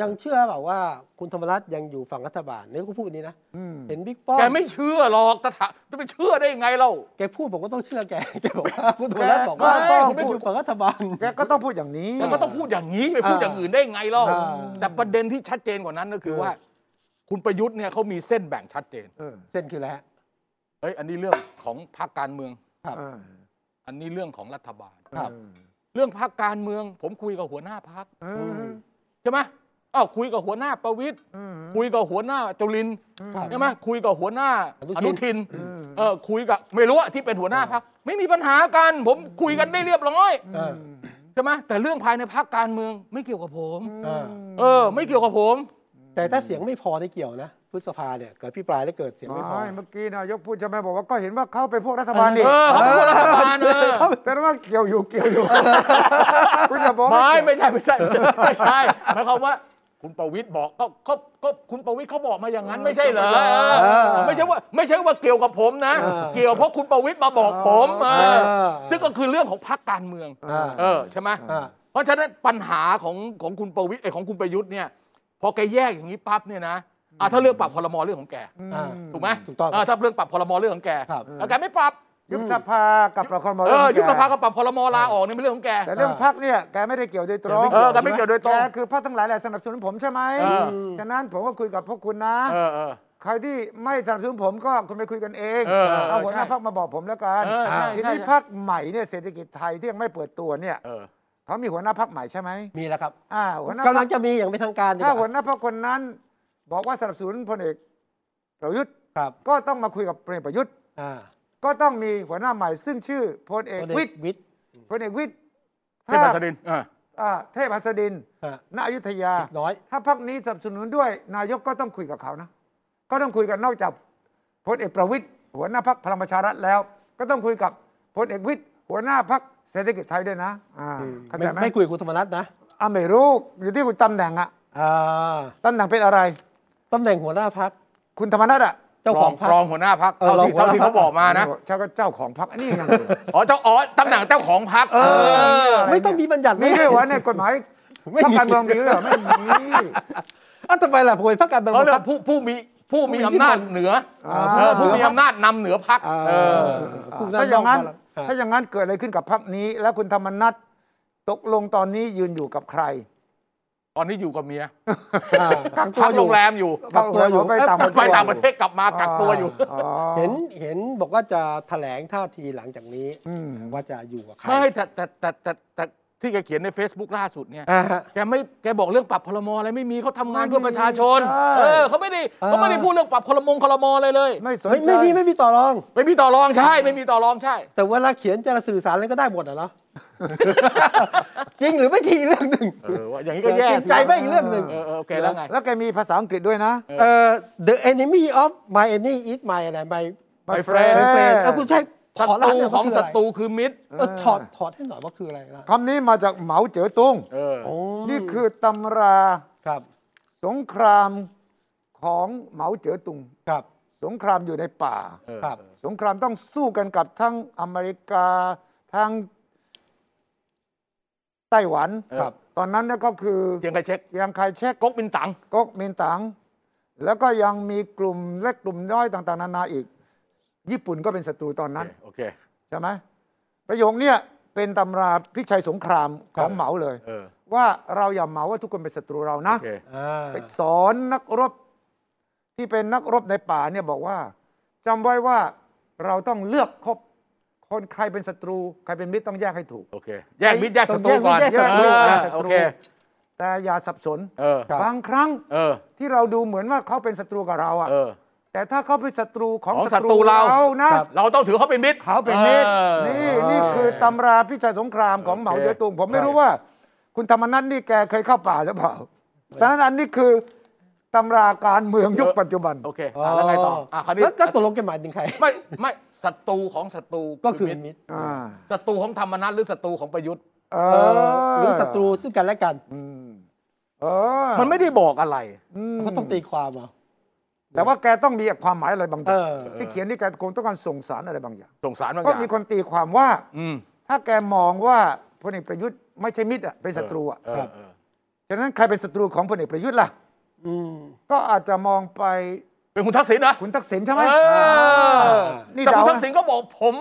S1: ยังเชื่อเปล่าว่าคุณธรรมรัฐยังอยู่ฝั่งรัฐบาลนี่ก็พูดนี้นะ
S3: อืม
S1: เห็นบิ๊กป้อม
S2: แกไม่เชื่อหรอกแต่ถามจะไปเชื่อได้ยังไงเรา
S1: แกพูดบอกว่าต้องเชื่อแก แกบอกว่าคุณธรรมรัฐบอกว่า
S3: แกก็
S1: คุณไม่
S3: พูด
S1: อยู่ฝั่งรัฐบาล
S3: แกก็ต้องพูดอย่างนี้
S2: แต่ก็ต้องพูดอย่างนี้ไปพูดอย่างอื่นได้ยังไงเล่า
S1: อ่า
S2: แต่ประเด็นที่ชัดเจนกว่านั้นก็คือว่า คุณประยุทธ์เนี่ยเขามีเส้นแบ่งชัดเจน
S3: เออ
S1: เส้นคือแล้ว
S2: เฮ้ยอันนี้เรื่องของพรรคการเมือง
S1: ครับ
S3: เออ
S2: อันนี้เรื่องของรัฐบาล
S1: ครับ
S2: เรื่องพรรคการเมือง ผมคุยกับหัวหน้าพรรค
S3: เออ
S2: ใช่ไหมอ้าวคุยกับหัวหน้าประวิตย
S3: เออ
S2: คุยกับหัวหน้าจุลินทร์
S1: ครับ
S2: ใช่ไหมคุยกับหัวหน้า
S1: อ
S2: อ
S1: นุ
S2: นุ
S1: ทิ
S2: ทิ
S1: น
S2: น
S3: อืม
S2: เออคุยกับไม่รู้อะที่เป็นหัวหน้าพรรคไม่มีปัญหากัน ผมคุยกันได้เรียบร้อย
S1: เออ
S2: ใช่ไหมแต่เรื่องภายในพรรคการเมืองไม่เกี่ยวกับผม
S3: ม
S1: เออ
S2: เออ ไม่เกี่ยวกับผม
S1: แต่ถ้าเสียงไม่พอได้เกี่ยวนะพฤษภาเนี่ยเกิดพิปรายแล้วเกิดเสียงไม่พอ
S3: ไม่เมื่อกี้นายกพูดใช่ไหมบอกว่าก็เห็นว่าเขาเป็นพวกรัฐบาลนี่
S2: เออเขาเป็นพวกรัฐบาลเออ
S1: เขาเป็น
S3: แต่ว่าเกี่ยวอยู่เกี่ยวอยู่คุณจะบอกว่า
S2: ไม่ไม่ใช่ไม่ใช่ไม่ใช่ไม่ใช่หมายความว่า คุณประวิตยบอกก็ก็ก็คุณประวิตยเขาบอกมาอย่างนั้นไม่ใช่เหรอเออไม่ใช่ว่าไม่ใช่ว่าเกี่ยวกับผมนะ เกี่ยวเพราะคุณประวิตยมาบอกผมเอ
S1: เอ
S2: อ
S1: อ
S2: ซึ่งก็คือเรื่องของพรรคการเมือง
S1: เออ
S2: เออใช่ไหม
S1: เออ
S2: เพราะฉะนั้นปัญหาของของคุณประวิตยเอ้ยของคุณประยุทธ์เนี่ย พอแกแยกอย่างนี้ปั๊บเนี่ยนะอ่ะถ้าเรื่องปรับพลมเรื่องของแก
S3: ม
S1: อ่า
S2: ถูกไหม
S1: ถูกต้อง
S2: เถ้าเรื่องปรับพลมเรื่องของแก
S1: ครับ
S2: แล้วแกไม่ปรับ
S3: ยุบสภากับประคองม
S2: เออยุบสภาก็ปรับพลมลาออกเนี่ยเป็นเรื่องของแก
S3: แต่เรื่องพักเนี่ยแกไม่ได้เกี่ยวโดยตรง
S2: เออแกไม่เกี่ยวโดยตรง
S3: แกคือพักทั้งหลายแหละสนับสนุนผมใช่ไหม
S2: เออ
S3: ฉะนั้นผมก็คุยกับพวกคุณนะ
S2: เออเออ
S3: ใครที่ไม่สนับสนุนผมก็คุณไปคุยกันเอง
S2: เออเออ
S3: เอาหัวหน้า
S2: ใช่
S3: พักมาบอกผมแล้วกัน
S2: เออใช่ใช่
S3: ทีนี้พักใหม่เนี่ยเศรษฐกิจไทยที่ยังไม่เปิดตัวเนี่ย
S2: เออ
S3: เขามีหัวหน้าพักใหม่ใช่ไหม
S1: มีแล้วครับ
S3: อ่าหัวหน้าก
S1: ำลั
S3: พรรค
S1: งจะมีอย่างเป็นทางการดีก
S3: ถ้า
S1: ว่า
S3: หัวหน้าพรรคคนนั้น บอกว่าสนับสนุนพลเอกประยุทธ์
S1: ครับ
S3: ก็ต้องมาคุยกับพลเอกประยุทธ์
S1: อ่า
S3: ก็ต้องมีหัวหน้าใหม่ซึ่งชื่อพลเอก
S1: พลเอก
S3: วิทย์
S1: วิทย์
S3: พลเอกวิทย์
S2: เทพหัสดินเออ
S3: อ่าเทพหัสดิน
S1: ฮะ
S3: ณอยุธยา
S1: น้อย
S3: ถ้าพรรคนี้สนับสนุนด้วย นายกก็ต้องคุยกับเขานะ ก็ต้องคุยกันนอกจากพลเอกประวิทย์หัวหน้าพรรคพลังประชารัฐแล้ว ก็ต้องคุยกับพลเอกวิทย์หัวหน้าพรรคเศรษฐกิจไทยด้วยนะอ่าเข้าใจ
S1: ไม่
S3: ไหม
S1: ไม่คุยกับคุณธรรมนัฐนะ
S3: อ่ะไม่รู้อยู่ที่คุณตำแหน่งอะ
S1: อ่า
S3: ตำแหน่งเป็นอะไร
S1: ตำแหน่งหัวหน้าพัก
S3: คุณธรรมนัฐอะ
S1: เจ้าของพรรค
S2: รองหัวหน้าพัก
S1: เออ
S2: เท่าร
S1: อง
S2: ที่
S1: หัวหน้าพ
S2: เท่าที่
S1: รรค
S2: เขาบอกมานะ
S3: เจ้าก็เจ้าของพรรคอันนี้ไง
S2: อ๋อเจ้าอ๋อตำแหน่งเจ้าของพักเออ
S3: ร
S1: ไม่ต้องมีบัญญัติ
S3: มีด้วย
S1: ไไ
S3: วะเนี่ยกฎหมาย
S1: ไม่
S3: พัก
S1: มี
S3: การเมืองมีด้วยเหรอไม่มี
S1: อ้าวทำไมล่ะพวยพรรคการเมือง
S2: เขาเรียกว่าผู้ผู้มีผู้มีอำนาจเหนือ
S3: อ่า
S2: เออผู้มีอำนาจนำเหนือพัก
S1: อ่า
S2: เออ
S1: ผู้
S3: ถ้าอย่างนั้น
S1: นั่งรอบมาแล้ว
S3: ถ้าอย่างนั้นเกิดอะไรขึ้นกับพรรคนี้ แล้วคุณธรรมนัฐตกลงตอนนี้ยืนอยู่กับใคร
S2: ตอนนี้อยู่กับเมีย
S1: อ่า
S2: พักโรงแรมอยู่
S1: กักตัวอยู่
S3: ไปต่างประเทศ
S2: ไปต่างประเทศกลับมากักตัวอยู่
S1: เห็นเห็นบอกว่าจะแถลงท่าทีหลังจากนี้
S3: อืม
S1: ว่าจะอยู่กับใคร
S2: ไม่แต่แต่แต่แต่แต่ที่แกเขียนใน Facebook ล่าสุดเนี่ย
S1: อ่าฮะ
S2: แกไม่แกบอกเรื่องปรับพลมอะไรไม่มีเขาทำงานเพื่อประชาชน
S3: ใช่
S2: เออเขาไม่ได้
S1: เออ
S2: เขาไม่ได้พูดเรื่องปรับพลมงคลมอะไรเลย
S3: ไม่สน
S1: ไม่
S3: ใจ
S1: ไม่มีไม่มีต่อรอง
S2: ไม่มีต่อรองใช่ไม่มีต่อรองใช่
S1: แต่เวลาเขียนจะสื่อสารอะไรก็ได้หมดอ่ะ เนาะ จริงหรือไม่ทีเรื่องหนึ่ง
S2: เออว่าอย่างนี้ก็แย่
S1: จริงใจไม่อีกเรื่องหนึ่ง
S2: เออเออโอเคแล้วไง
S3: แล้วแกมีภาษาอังกฤษด้วยนะ
S1: เอ่อ the enemy of my enemy is my อะไร my
S3: My
S2: My friend
S3: friend
S1: เอาคุณใช่
S2: ศั
S1: ถอดร
S2: ต
S1: หัส
S2: รู
S1: เนี่ย
S2: ของ
S1: มันคืะ
S2: ศั
S1: ไ
S2: ตรูคือมิตร
S1: เออถอดถอดให้หน่อยว่าคืออะไรนะ
S3: คำนี้มาจากเหมาเจ๋อตุง
S2: เออ
S1: โอ้
S3: นี่คือตำรา
S1: ครับ
S3: สงครามของเหมาเจ๋อตุง
S1: ครับ
S3: สงครามอยู่ในป่า
S1: ครับ
S3: สงครามต้องสู้กันกับทั้งอเมริกาทั้งไต้หวัน
S2: เออ
S1: ครับ
S3: ตอนนั้นเนี่ยก็คือ
S2: เจียงไคเช็ค
S3: เจียังไคเช็ก
S2: ก๊กมินตั๋ง
S3: ก๊กเมนตัง แล้วก็ยังมีกลุ่มเล็กกลุ่มน้อยต่าง ๆ นานาอีก ญี่ปุ่นก็เป็นศัตรูตอนนั้น
S2: โอเค
S3: ใช่ไหมประโยคเนี่ยเป็นตำราพิชัยสงครามของเหมาเลย
S2: เออ
S3: ว่าเราอย่าเหมาว่าทุกคนเป็นศัตรูเรานะ
S2: โอเค
S1: อ่า
S3: ไปสอนนักรบที่เป็นนักรบในป่าเนี่ยบอกว่าจำไว้ว่าเราต้องเลือกคบคนใครเป็นศัตรู ใครเป็นมิตรต้องแยกให้ถูก
S2: โอเค แยกมิตรแยกศัตรูก่อน
S3: แยกศัตรู
S2: เออ
S3: แยกศัตรู
S2: โอเค
S3: แต่อย่าสับสน
S2: เออ
S1: ครับ
S3: บางครั้ง
S2: เออ
S3: ที่เราดูเหมือนว่าเขาเป็นศัตรูกับเราอะ
S2: เออ
S3: แต่ถ้าเขาเป็นศัตรูของ
S2: ของศั
S3: ศั
S2: ต
S3: ต
S2: รู
S3: รูเรา
S2: เรา
S3: นะครับ
S2: เราต้องถือเขาเป็นมิตร
S3: เขาเป็นมิตร
S2: ออ
S3: นี่นี่คือตำราพิชัยสงครามของ
S2: โอเค
S3: เหมาเจ๋อตุงผมไม่รู้ว่า คุณธรรมนัฐนี่แกเคยเข้าป่าหรือเปล่าแต่นั้นอันนี้คือตำราการเมืองยุคปัจจุบัน
S2: โอเคอ่ะแล้วไงต่ออ่ะคราวนี้
S1: แล้วแล้วตกลงแกหมายถึงใคร
S2: ไม่ไม่ศัตรูของศัตรู
S1: ก็คือ
S2: มิตร
S1: มิตร
S3: อ่า
S2: ศัตรูของธรรมนัตหรือศัตรูของประยุทธ์
S3: เอ
S1: เออหรือศัตรูซึ่งกันและกัน
S3: อืมเออ
S2: มันไม่ได้บอกอะไร
S3: อืม
S1: ก็ต้องตีความเอา
S3: แต่ว่าแกต้องมีความหมายอะไรบางอย่า
S1: เอง อ
S3: ที่เขียนนี่แกคงต้องการส่งสารอะไรบางอย่าง
S2: ส่งสารบางอ
S3: ก็
S2: ย่าง
S3: มีคนตีความว่า
S2: อืม
S3: ถ้าแกมองว่าพลเอกประยุทธ์ไม่ใช่มิตรอะเป็นศัตรูอะ
S2: เออ
S1: ครับ
S2: เออ
S3: ฉะนั้นใครเป็นศัตรูของพลเอกประยุทธ์ล่ะ
S1: อืม
S3: ก็อาจจะมองไป
S2: เป็นคุณทักษิณนะ
S3: คุณทักษิณใช่ไหม
S2: เออ
S3: นี่
S2: แต่
S3: เดา
S2: คุณ
S3: นะ
S2: ทักษิณก็บอกผม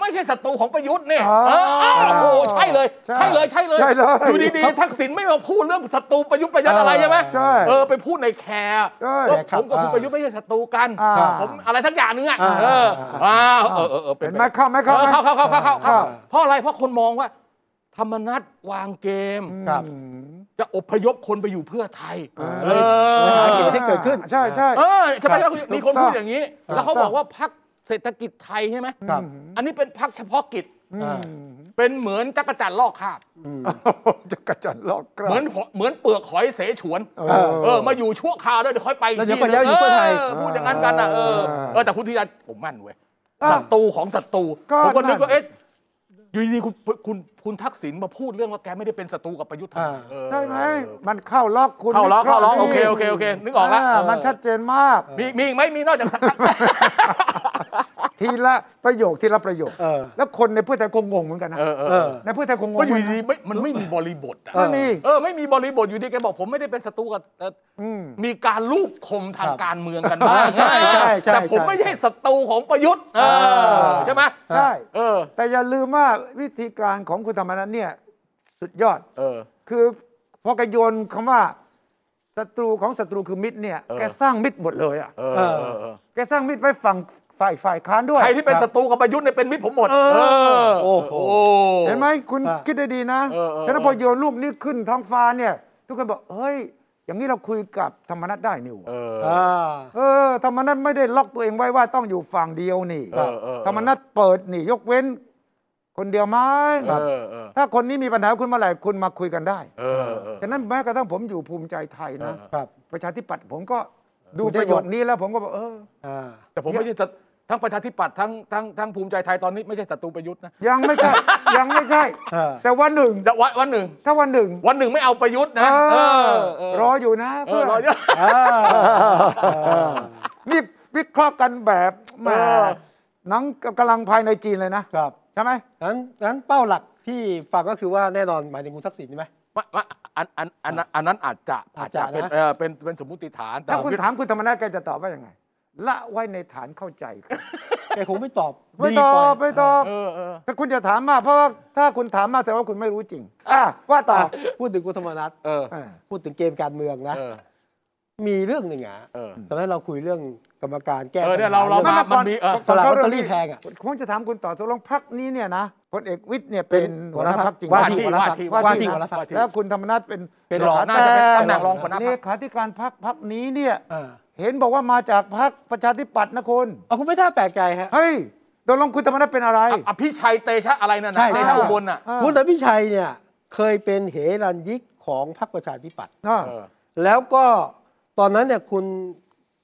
S2: ไม่ใช่ศัตรูของประยุทธ์เนี่ย
S3: อ๋อ
S2: เอออ้าวโอ้โหใช่เลย
S3: ใช่
S2: ใช่เลยใช่เลย
S3: ใช่เลย
S2: ดูดีๆทักษิณไม่มาพูดเรื่องศัตรูประยุทธ์ประยัดอะไรใช่ไหม
S3: ใช่
S2: เออไปพูดในแคร์
S3: ใช่
S2: ว่าผมกับคุณประยุทธ์ไม่ใช่ศัตรูกัน
S3: อ่า
S2: ผมอะไรทักอย่างนึงอ่ะเอออ้าวเออเออเออเป็
S3: เห็
S2: น
S3: น
S2: ไป
S3: ไหมเข้าไหม
S2: เข้า
S3: เข้าไหม
S2: เข้าเข้าเข้าเข้าเข้า
S3: อ่า
S2: เพราะอะไรเพราะคนมองว่า ธรรมนัตวางเกม
S1: ครับ
S3: อืม
S2: จะอพยพคนไปอยู่เพื่อไทย
S3: เออ
S2: เออ
S1: ปัญหาเกี่ยวกับที่เกิดขึ้น
S3: ใช่ใช่
S2: เออใช่ไหม
S3: ครับ
S2: มีคน
S3: ถูกต้อง
S2: พูดอย่างนี้
S3: ครับ
S2: แล้วเขาบอกว่าพักเศรษฐกิจไทยใช่ไหม
S1: ครับ
S2: อันนี้เป็นพักเฉพาะกิจ
S3: อืม
S2: เป็นเหมือนจักรจันทร์ลอกคราบ
S1: อืม
S3: จะกระจัดลอกกระ
S2: เหมือนหอเหมือนเปลือกหอยเสฉวน เออมาอยู่ชั่วคราวด้วยเดี๋ยวค่อยไป
S1: แล้วเดี๋ยว
S2: ที
S1: ไปแล้วอยู่เพื่อไทย
S2: พูดอย่างนั้นกันนะเออ
S3: เออ
S2: เออแต่คุณธีรัตน์ผมมั่นเว้ย
S3: อ่ะ
S2: ศัตรูของศัตรู
S3: ก็
S2: ผมก็นึกว่า
S3: นั่น
S2: เอ๊ะอยู่ดีๆคุณคุณคุณทักษิณมาพูดเรื่องว่าแกไม่ได้เป็นศัตรูกับประยุทธ์ทำไม
S1: อ่า
S2: เออ
S3: ใช่ไหมมันเข้าล็อกคุณ
S2: เข้าล็อก
S3: วิ
S2: เข้า
S3: ระห์
S2: ล็อก
S3: ดี
S2: โอเคโอเคโอเคนึกออกแล้ว
S3: า
S2: เออ
S3: มันชัดเจนมาก
S2: มีมีอีกไหมมีนอกจาก
S3: ทีละประโยคทีละประโยค
S1: เออ
S3: แล้วคนในเพื่อไทยคงงงเหมือนกันนะ
S2: เออเอ
S1: เอ
S2: อ
S1: อ
S3: ในเพื่อไทยคงงง
S2: ก็อยู่
S3: เหมือนกัน
S2: ดีๆไม่มันไม่มีบริบทอ่ะ
S1: เออ
S3: ไม่มี
S2: เออไม่มีบริบทอยู่ดีแกบอกผมไม่ได้เป็นศัตรูกับเอ่อ
S3: ม
S2: มีการลูกคมทาง
S1: ครับ
S2: การเมืองกันบ้าง
S1: ใช่ใช่ใช่
S2: แต่ผม
S1: ใช่
S2: ไม่ใช่ศัตรูของประยุทธ์เอ
S1: เอ
S2: อ
S1: อ
S2: ใช่ไหม
S3: ใช่
S2: เออ
S3: แต่อย่าลืมว่าวิธีการของคุณธรรมนัฐเนี่ยสุดยอด
S2: เออ
S3: คือพอแกโยนคำว่าศัตรูของศัตรูคือมิตรเนี่ย
S2: เออ
S3: แกสร้างมิตรหมดเลยอ่ะ
S2: เออเออเออ
S3: แกสร้างมิตรไว้ฝั่งฝ่ายฝ่ายค้านด้วย
S2: ใครที่เป็นศัตรูกับประยุทธ์เนี่ยเป็นมิตรผมหมด
S3: เออ
S2: เออ
S1: โอ้โห
S3: เห็นไหมคุณ
S1: อ่ะ
S3: คิดได้ดีนะ
S2: เออเออ
S3: ฉะนั้นพอโยนลูกนี้ขึ้นท้องฟ้าเนี่ย ทุกคนบอกเฮ้ย อย่างนี้เราคุยกับธรรมนัฐได้นี่หว่า
S2: เออ
S1: อ่า
S3: เออธรรมนัฐไม่ได้ล็อกตัวเองไว้ว่าต้องอยู่ฝั่งเดียวนี่
S2: เออเออเออ
S3: ธรรมนัฐเปิดนี่ ยกเว้น คนเดียวไหม
S2: เออเออ
S3: ถ้าคนนี้มีปัญหาคุณเมื่อไหร่คุณมาคุยกันได้
S2: เออเออ
S3: ฉะนั้นแม้กระทั่งผมอยู่ภูมิใจไทยนะ
S2: เออ
S1: ครับ
S3: ประชาธิปัตย์ผมก็ดู
S1: คุณ
S3: ป
S1: ได้
S3: ระโย
S1: ย
S3: ค
S1: ศ
S3: นี้แล้วผมก็บอกเออ
S1: อ่า
S2: แต่ผมไม่ใช่ศัตรูทั้งประชาธิปัตย์ทั้งทั้งทั้งภูมิใจไทยตอนนี้ไม่ใช่ศัตรูประยุทธ์นะ
S3: ยังไม่ใช่ ยังไม่ใช่
S1: เออ
S3: แต่วันหนึ่ง
S2: แต่วันวันหนึ่ง
S3: ถ้าวันหนึ่ง
S2: วันหนึ่งไม่เอาประยุทธ์นะ
S3: เออ
S2: เออ
S3: รออยู่นะ
S2: เอ
S3: เพื่
S2: อ
S3: อ
S2: รอเยอะ
S1: อ่าอ่า
S3: นี่วิเคราะห์กันแบบแหม
S2: เออ
S3: หนังกำลังภายในจีนเลยนะ
S1: ครับ
S3: ใช่ไหม
S1: นั้นนั้นเป้าหลักที่ฟังก็คือว่าแน่นอนหมายถึงคุณทักษิณใช่ไหม
S2: มามาอันอันอันนั้นอันนั้นอาจจะอา
S1: อา
S2: จ
S1: จ
S2: จะ
S1: จะ
S2: เป็น
S1: นะ
S2: เออเป็นเป็นสมมติฐานแต่
S3: ถ้าคุณ
S2: ผม
S3: ถามคุณธรรมนัฐแกจะตอบว่ายังไง ละไว้ในฐานเข้าใจครับ
S1: แกคงไม่ตอบ
S3: ไม่
S1: ดี
S3: ต
S1: ก
S3: อ
S1: ว่า
S3: บไม่ตอบ
S2: เออเออ
S3: แต่คุณจะถามมากเพราะว่าถ้าคุณถามมากแต่ว่าคุณไม่รู้จริงอ่ะว่าต่อ
S1: อ่ะพูดถึงคุณธรรมนัฐ
S2: เออ
S3: อ่า
S1: พูดถึงเกมการเมืองนะ
S2: เออ
S1: มีเรื่องหนึ่งอ่ะ
S2: เออ
S1: ตอนนั้นเราคุยเรื่องกรรมการแก้
S2: เอ
S1: ปั
S2: อ
S1: ญ
S2: เนี่ย
S1: หา
S2: เราเรา
S1: อง
S2: มามัน
S3: ไม่ไม่ก่อน
S2: มีเออ
S1: สลากลอตเตอรี่แพงอะ
S3: ผมจะถามคุณต่อตกลงพักนี้เนี่ยนะพลเอกวิทย์เนี่ยเป็
S1: เป็น น
S3: หั
S1: หั
S3: ว
S1: ว
S3: ห
S1: ห
S3: น้า
S1: น้า
S3: พั
S1: พั
S3: ก
S1: ก
S3: จริง
S1: ว่า
S3: ไหม
S1: ที่หัวหน้าพักว่าที่หัวหน้าพัก
S3: แล้วคุณธรรมนัฐเป็น
S1: เป็นร
S3: ล
S1: อง
S2: น่าจะเป็นตำแหน่งรองหัวหน้า
S3: เล
S2: พรรค
S3: ขาธิการพักพักนี้เนี่ย
S1: อ่า
S3: เห็นบอกว่ามาจากพักประชาธิปัตย์นะคุณ
S1: เอาคุณไม่น่าแปลกใจฮะ
S3: เฮ้ยตกลงคุณธรรมนัฐเป็นอะไร
S2: อภิชัยเตชะอะไรนั่นนะ
S1: ใช่
S2: เตชะ
S3: ใช่
S2: อุบลน่ะ
S3: เออ
S1: คุณอภิชัยเนี่ยเคยเป็นเหรัญยิกของพรรคประชาธิปัตย์
S3: อ่า
S2: เออ
S1: แล้วก็ตอนนั้นเนี่ยคุณ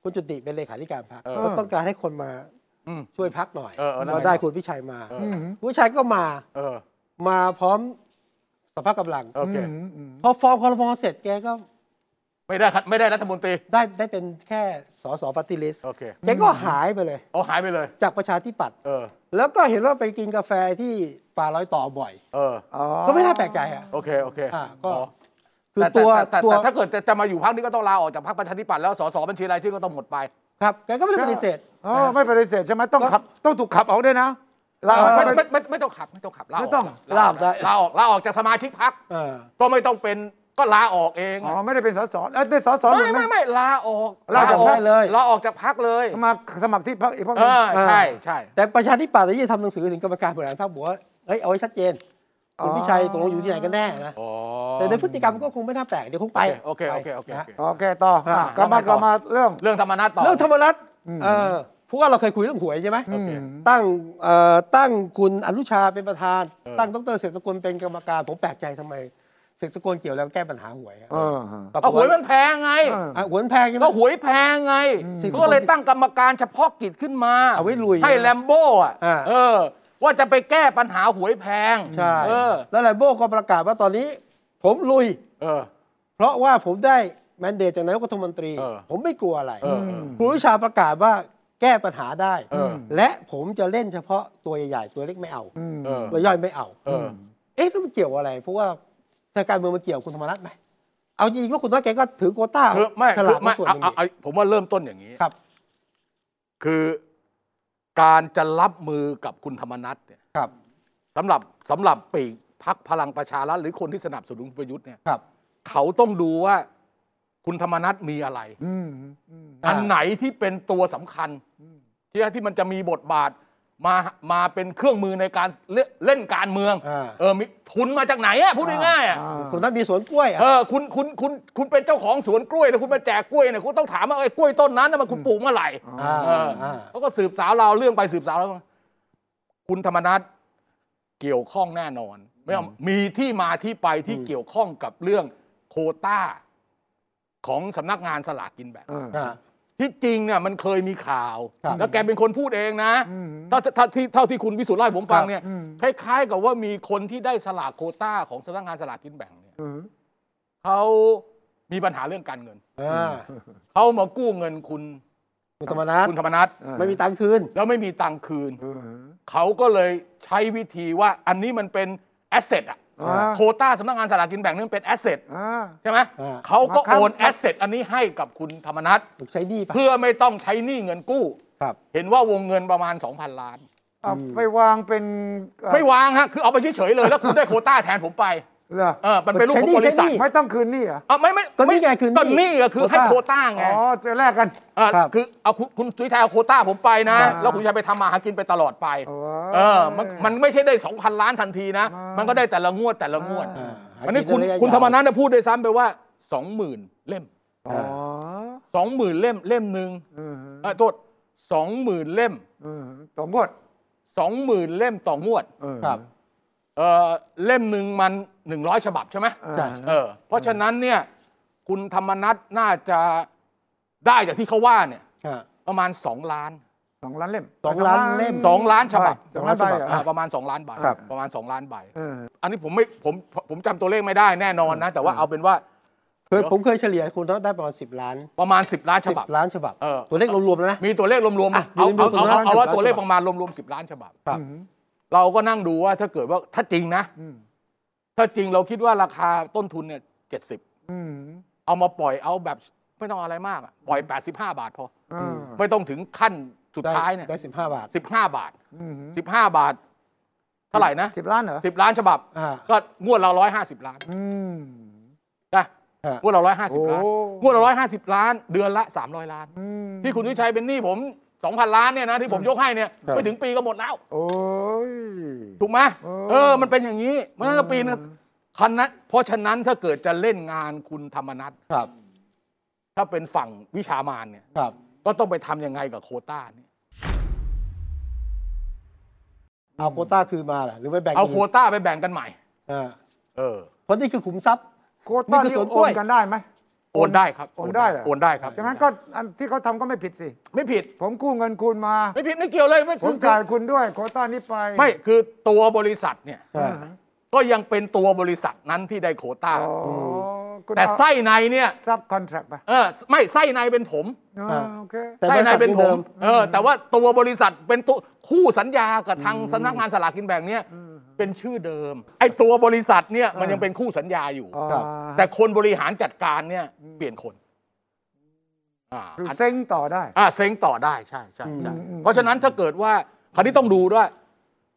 S1: คุณจุติเป็นเลขาธิการพรรค
S2: เออ
S1: ก็ต้องการให้คนมา
S2: อืม
S1: ช่วยพรรคหน่อย
S2: เออเออนั่น
S1: ก็
S2: ไง
S1: ได้คุณพิชัยมา
S2: เอ
S3: อืม
S1: คุณพิชัยก็มา
S2: เออ
S1: มาพร้อมสภาพกำลัง
S2: โอเค
S3: มอืม
S1: พอฟอร์มคอรมอเสร็จแกก็
S2: ไม่ได้ครับไม่ได้รัฐมนตรี
S1: ได้ได้เป็นแค่สสปฏิริษ
S2: โอเค
S1: แกก็หายไปเลย
S2: เอาหายไปเลย
S1: จากประชาธิปัตย์
S2: เออ
S1: แล้วก็เห็นว่าไปกินกาแฟที่ป่าร้อยต่อบ่อย
S2: เออ
S3: อ๋อ
S1: ก็ไม่น่าแปลกใจอ่ะ
S2: โอเคโอเค
S1: อ่ะก็
S2: อ๋อ
S1: คือ
S2: แต่
S1: ตัว
S2: แต่แต่
S1: ตัว
S2: แต่ถ้าเกิดจะจะมาอยู่พรรคนี้ก็ต้องลาออกจากพรรคประชาธิปัตย์แล้วสสบัญชีรายชื่อก็ต้องหมดไป
S1: ครับแกก็ไม่ได้ปฏิเสธ
S3: อ๋อ
S1: นะฮะ
S3: ไม่ปฏิเสธใช่ไหมต้องขับ ต้องถูกขับออกด้วยนะลา
S2: เอ
S3: ออ
S2: อก ไม่
S3: ไป
S2: ไม่ไม่ไม่ต้องขับไม่ต้องขับลาอ
S3: ไม่
S2: อก
S3: ต้อง
S1: ลาออกได้
S2: ลาออกลาออกจากสมาชิกพัก
S1: อ่า
S2: ก็ไม่ต้องเป็นก็ลาออกเอง
S3: อ๋
S2: อะ
S3: อไม่ได้เป็นสสเอ้ยเป็นสสห
S2: ไม่
S3: นึ่ง
S2: ไม่
S3: นะ
S2: ไม่ลาออก
S3: ลาออกได้
S1: เลย
S2: ลาออกจากพักเลย
S3: มาสมัครที่พักอีกพักห
S2: เอ
S3: นึง
S2: อใช่ใช่
S1: แต่ประชาธิปัตย์ที่ทำหนังสือถึงกรรมการบริหารพรรคบอกว่าเฮ้ยเอาให้ชัดเจนคุณพิชัยตกลงอยู่ที่ไหนกันแน่นะ
S2: อ๋อ
S1: แต่ในพฤติกรรมก็คงไม่น่าแปลกเดี๋ยวคงไป
S2: โอเคโอเคโอเค
S1: นะฮะ
S2: โอเค
S3: โอเคต่อ
S1: อ่ะ
S3: อ่ะกลับมา
S2: ต่อ
S3: กลับมาเรื่อง
S2: เรื่องธรรมนัตต่อ
S1: เรื่องธรรมรัฐ
S3: อืม
S1: เออเพราะว่าเราเคยคุยเรื่องหวยใช่ไหม
S2: โอเค
S3: อืม
S1: ตั้งเอ่อตั้งคุณอนุชาเป็นประธาน
S2: เออ
S1: ตั้งดรเสกสกลเป็นกรรมการ ผมแปลกใจทำไม เสกสกลเกี่ยวแล้วแก้ปัญหาหวยอะ
S3: เออฮะ
S1: ปราก
S2: ก็
S1: ฏ
S2: หวยมันแพงไง
S3: เออ
S1: อ่ะหวยมันแพงใช่ไหม
S2: ก็หวยแพงไง
S1: อืม
S2: ก็เลยตั้งกรรมการเฉพาะกิจขึ้นมา
S1: เอาไว้ลุย
S2: ให้แลมโบ้อะ
S1: อ่า
S2: เออ ว่าจะไปแก้ปัญหาหวยแพง
S1: ใช่
S2: เออ
S1: แล้วไลโบก็ประกาศว่าตอนนี้ ผมลุย
S2: เออ
S1: เพราะว่าผมได้แมนเดตจากนายกรัฐมนตรี
S2: เออ
S1: ผมไม่กลัวอะไร
S2: เออเออ
S1: ครูวิชาประกาศว่าแก้ปัญหาได้
S2: เออ
S1: และผมจะเล่นเฉพาะตัวใหญ่ๆตัวเล็กไม่เอา
S3: อืม
S2: เออ
S1: ตัวย่อยไม่เอา
S2: เออ
S1: เอ๊ะแล้วมันเกี่ยวอะไร เพราะว่าทางการเมืองมันเกี่ยวคุณธรรมนัฐไหมเอาจริงๆว่าคุณธรรมนัฐแกก็ถือโควต้า
S2: คือไม่
S1: ฉ
S2: คื
S1: ลา
S2: อ
S1: ด
S2: ไม่
S1: มาส่วนห
S2: เอา
S1: นึ่ง
S2: เอา
S1: นี่
S2: เอาผมว่าเริ่มต้นอย่างนี้
S1: ครับ
S2: คือการจะรับมือกับคุณธรรมนัฐเนี่ย
S1: ครับ
S2: สำหรับสำหรับปีกพักพลังประชารัฐหรือคนที่สนับสนุนคุณประยุทธ์เนี่ย
S1: ครับ
S2: เขาต้องดูว่าคุณธรรมนัฐมีอะไร
S3: อืมอืม
S2: อันไหนที่เป็นตัวสำคัญ ที่ที่มันจะมีบทบาทมามาเป็นเครื่องมือในการเลเล่นการเมือง
S1: อ่า
S2: เออมีทุนมาจากไหนอ่ะพูดง่ายๆอ่ะ
S3: อ่า
S1: คุณธรรมนัฐมีสวนกล้วยอะ
S2: เออคุณคุณคุณคุณเป็นเจ้าของสวนกล้วยแล้วคุณมาแจกกล้วยเนี่ยคุณต้องถามว่าไอ้กล้วยต้นนั้นน่ะมันคุณปลูกเมื่อไหร่
S1: ่า
S2: เออ
S1: อ่า
S2: เขาก็สืบสาวเราวเรื่องไปสืบสาวแล้ว คุณธรรมนัฐเกี่ยวข้องแน่นอนไม่เอามีที่มาที่ไปที่
S1: อืม
S2: เกี่ยวข้องกับเรื่องโควต้า ของสำนักงานสลากกินแบ่ง
S3: เออ
S1: อ่า
S2: ที่จริงเนี่ยมันเคยมีข่าว
S1: ครับ
S2: แล้วแกเป็นคนพูดเองนะ
S3: อืม
S2: ถ้าถ้าที่เท่าที่คุณวิสุทธิ์ไล่าให้ผมฟังเนี่ย
S3: อืม
S2: คล้ายๆ กับว่ามีคนที่ได้สลากโควต้าของสำนักงานสลากกินแบ่งเนี่ย
S3: เออ
S2: เขามีปัญหาเรื่องการเงิน
S1: อ่า
S2: เขามากู้เงินคุณ
S1: คุณธรรมนัฐ
S2: คุณธรรมนัฐ
S3: เออ
S1: ไม่มีตังค์คืน
S2: แล้วไม่มีตังค์คืน
S3: เออ
S2: เขาก็เลยใช้วิธีว่าอันนี้มันเป็นแอสเซทอะ
S3: อ่า
S2: โควต้าสำนักงานสลากกินแบ่งนี่มันเป็นแอสเซท
S3: อ่า
S2: ใช่ไหม
S1: อ่า
S2: เขาก็
S3: มาค้ำ
S2: โอนแอสเซทอันนี้ให้กับคุณธรรมนัฐ
S1: ถูกใช้หนี้ไป
S2: เพื่อไม่ต้องใช้หนี้เงินกู้
S1: ครับ
S2: เห็นว่าวงเงินประมาณ 2,000 ล้าน
S3: เอาไปวางเป็นเอ่อ
S2: ไม่วางฮะคือเอาไปเฉยๆเลย แล้วคุณได้โควต้าแทนผมไป
S3: เหรอ
S2: เออมันเป็นรูปของบริษัท
S3: ไม่ต้องคืนหนี่เหรอ
S2: อ่ะไม่ไม่
S1: ก็นี่ไงคือห
S2: ก็นี่ก็คือให้โคว
S1: ต้า
S2: ต้าไง
S3: อ๋อจะแลกกัน
S2: เออ
S1: ครับ
S2: คือเอาคุณคุณสุวิชัยเอาโควต้าผมไปนะ
S3: อ่า
S2: แล้วคุณชัยไปทำมาหากินไปตลอดไป
S3: โ
S2: เออมันมันไม่ใช่ได้ 2,000 ล้านทันทีนะ
S3: อ่ามั
S2: มันก็ได้แต่ละงวดแต่ละงวด
S3: อ่
S1: อ่า
S2: อันนี้คุณ
S1: หากิใระยะ
S2: คุณ
S1: ยาว
S2: ธรรมนัฐนะพูดด้วยซ้ำไปว่า 20,000 เล่ม
S3: อ๋อ
S2: 20,000 เล่มเล่มหนึ่ง
S3: เออ
S2: เออโทษ20,000 เล่ม
S3: เออต่องวด
S2: 20,000 เล่มต่องวด
S3: เออ
S1: ครับ
S2: เออเล่มหนึ่งมัน 100 ฉบับใช่ไหม
S3: เออ
S1: ใช่
S2: เออเพราะฉะนั้นเนี่ยคุณธรรมนัฐน่าจะได้จากที่เขาว่าเนี่ย
S1: ฮะ
S2: ประมาณ 2 ล้าน
S3: สองล้านเล่ม
S1: สองล้านเล่ม
S2: 2 ล้านฉบับ
S3: สองล้านใบเหรอ
S2: อ่าประมาณ 2 ล้านใบ
S1: ครับ
S2: ประมาณ 2 ล้านใบ
S3: เออ
S2: อันนี้ผมไม่ผมผมจำตัวเลขไม่ได้แน่นอนนะ แต่ว่า
S3: อืม
S2: เอาเป็นว่า
S1: เคยผมเคยเฉลี่ยคุณธรรมนัฐได้ประมาณ 10 ล้าน
S2: ประมาณ 10 ล้านฉ
S1: สิบ
S2: บับ
S1: ล้านฉบับ
S2: เออ
S1: ตัวเลขรวมๆแล้วนะ
S2: มีตัวเลขรวมๆ
S1: อ่ะ
S2: เอาเอา
S1: อยู่ในมือ10
S2: เอาเอาเอาว่า
S1: ล้านฉบับ
S2: ตัวเลขประมาณรวมๆ10 ล้านฉบับ
S1: ครับ
S3: อืม
S2: เราก็นั่งดูว่าถ้าเกิดว่าถ้าจริงนะ
S3: อืม
S2: ถ้าจริงเราคิดว่าราคาต้นทุนเนี่ยเจ็ดสิบ
S3: อืม
S2: เอามาปล่อยเอาแบบไม่ต้องอะไรมากอะปล่อย 85 บาทพอ
S3: อืม
S2: ไม่ต้องถึงขั้นสุดท้ายเนี่ย
S1: ได้สิบห้าบาท
S2: สิบห้าบาท
S3: อืม
S2: สิบห้าบาท เท่าไหร่นะ
S3: สิบล้านเหรอ
S2: สิบล้านฉบับ
S1: อ่า
S2: ก็งวดเราร้อยห้าสิบล้าน
S3: อืม
S2: นะ
S1: ฮะ
S2: งวดเราร้อยห้าสิบล้าน
S3: โอ้
S2: งวดเราร้อยห้าสิบล้าน เดือนละสามร้อยล้าน
S3: อืม
S2: ที่คุณวิชัยเป็นหนี้ผม 2,000 ล้านเนี่ยนะที่ผมยกให้เนี่ย
S1: ครับ
S2: ไม่ถึงปีก็หมดแล้ว
S3: โอ้ย
S2: ถูกไหม
S3: เออ
S2: เออ มันเป็นอย่างนี้มันก็ปีนึงคันนั้นเพราะฉะนั้นถ้าเกิดจะเล่นงานคุณธรรมนัฐ
S1: ครับ
S2: ถ้าเป็นฝั่งวิชามานเนี่ย
S1: ครับ
S2: ก็ต้องไปทำยังไงกับโควต้าเนี่ย
S1: เอาโควต้าคืนมาเหรอหรือไปแบ่ง
S2: เอาโคว
S1: ก
S2: ต้าไปแบ่งกันใหม่
S1: อ่า
S2: เออ
S1: เพราะนี่คือขุมทรัพย์
S3: โควต้า
S1: นี่คือ
S3: นี่
S1: สวนก
S3: โอ
S1: ล้วย
S3: นกันได้ไหม
S2: โอนได้ครับ
S3: โอนได้เหรอ
S2: โอนได้ครับ
S3: ฉะนั้นก็อันที่เขาทำก็ไม่ผิดสิ
S2: ไม่ผิด
S3: ผมกู้เงินคุณมา
S2: ไม่ผิดไม่เกี่ยวเลยไม่
S3: ผ
S2: คื
S3: ม
S2: อ
S3: จ่ายคุณด้วยโควต้านี้ไป
S2: ไม่คือตัวบริษัทเนี่ย
S1: อ่า
S2: ก็ยังเป็นตัวบริษัทนั้นที่ได้โควต้า
S3: อ๋อคุณ
S2: แต่
S3: เอา
S2: ไส้ในเนี่ย
S3: ซับคอนแทรคไป
S2: เออ ไม่ไส้ในเป็นผม
S3: อ๋อ
S1: ครับ
S3: โอเค
S1: แต่บริ
S2: ใช่
S1: ษั
S2: นาย
S1: ท
S2: เป็น
S1: นี้
S2: ผ
S1: เดิ
S2: ม
S1: ม
S2: เออแต่ว่าตัวบริษัทเป็นตัวคู่สัญญากับทางสำนักงานสลากกินแบ่งเนี่ย
S3: อืม
S2: เป็นชื่อเดิมไอ้ตัวบริษัทเนี่ยมันยังเป็นคู่สัญญาอยู่
S3: อ๋อ
S1: ครับ
S2: แต่คนบริหารจัดการเนี่ยเปลี่ยนคนอ่า
S3: คือ
S2: อัน
S3: เซ็งต่อได้
S2: อ่าเซ้งต่อได้ใช่ใช่ใช่
S3: อืมอืม
S2: เพราะฉะนั้นถ้าเกิดว่าคราวนี้ต้องดูด้วย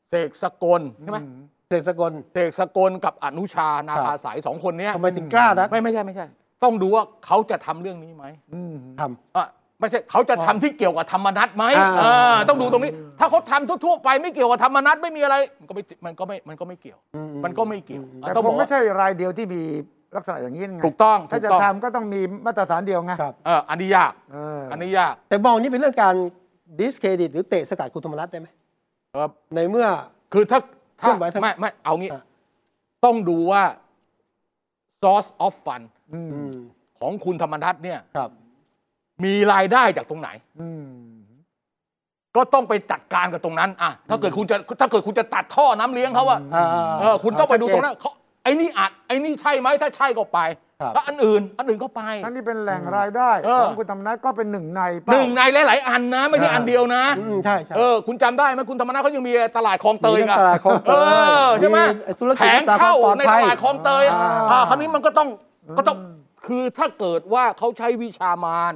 S2: เสกสกลใช่ไหม
S3: อื
S1: เศรษฐกล
S2: เสกสกลกับอนุชานาคาสายสองคนเนี้ย
S1: ทำไมถึงกล้านะ
S2: ไม่ไม่ใช่ไม่ใช่ ต้องดูว่าเขาจะทำเรื่องนี้ไหม
S3: อืม
S1: ท
S2: อ่ะไม่ใช่เขาจะทำที่เกี่ยวกับธรรมนัตไหม
S1: อ่า
S2: เออต้องดูตรงนี้ ถ้าเขาทำทั่วๆไปไม่เกี่ยวกับธรรมนัตไม่มีอะไร มันก็ไม่มันก็ไม่มันก็ไม่เกี่ยว
S1: ำ
S2: มันก็ไม่เกี่ยว
S1: อืม
S2: อ่ะ
S3: แต่
S2: ต้อง
S3: ผ
S2: บอก
S3: มไม่
S2: ว่า
S3: ใช่รายเดียวที่มีลักษณะอย่างนี้ไง
S2: ถูกต้อง
S3: ถ้า
S2: ถูก
S3: จะ
S2: ต้อง
S3: ทำก็ต้องมีมาตรฐานเดียวไง
S1: ครับ
S2: เอออันนี้ยาก
S3: เอออ
S2: อันนี้ยาก
S1: แต่มองนี่เป็นเรื่องการดิสเครดิต หรือเตะสกัดคุณธรรมนัฐได้ไหม
S2: เออ
S1: ในเมื่อ
S2: คือถ้า
S1: เค
S2: ถ้า
S1: ลื่อนไหวทาง
S2: ไม่ไม่เอางี้
S1: อ่ะ
S2: ต้องดูว่า source of fund
S3: อืม
S1: อืม
S2: ของคุณธรรมนัตเนี่ย
S1: ครับ
S2: มีรายได้จากตรงไหน
S3: อืม
S2: ก็ต้องไปจัดการกับตรงนั้นอ่ะถ้าเกิดคุณจะถ้าเกิดคุณจะตัดท่อน้ำเลี้ยงเขาอะ
S1: อ่า
S2: เออคุณต้องไปดูตรงนั้นเขาไอ้นี่อัดไอ้นี่ใช่ไหมถ้าใช่ก็ไป
S1: ครับ
S2: แล้วอันอื่น อันอื่นก็ไป
S3: ทั้งที่เป็นแหล่งรายได้
S2: เออ
S3: ของคุณธรรมนัฐก็เป็นหนึ่งในเป้า
S2: หนึ่งในหลาย ๆ อันนะ ไม่ใช่
S1: อ่า
S2: อันเดียวนะ
S1: อืมใช่ใช่
S2: เออ คุณจำได้ไหมคุณธรรมนัฐเขายังมีตลาดคลองเตย
S1: มี
S2: อ่ะ
S1: ตลาดคลองเต
S2: เอย อใช่ไหม
S1: อ้ธุร
S2: แผ
S1: กิจ
S2: งเช่าในตลาดคลองเตยอะ
S1: อ่า
S2: อ่าคราวนี้มันก็ต้องก็ต้องคือถ้าเกิดว่าเขาใช้วิชามาร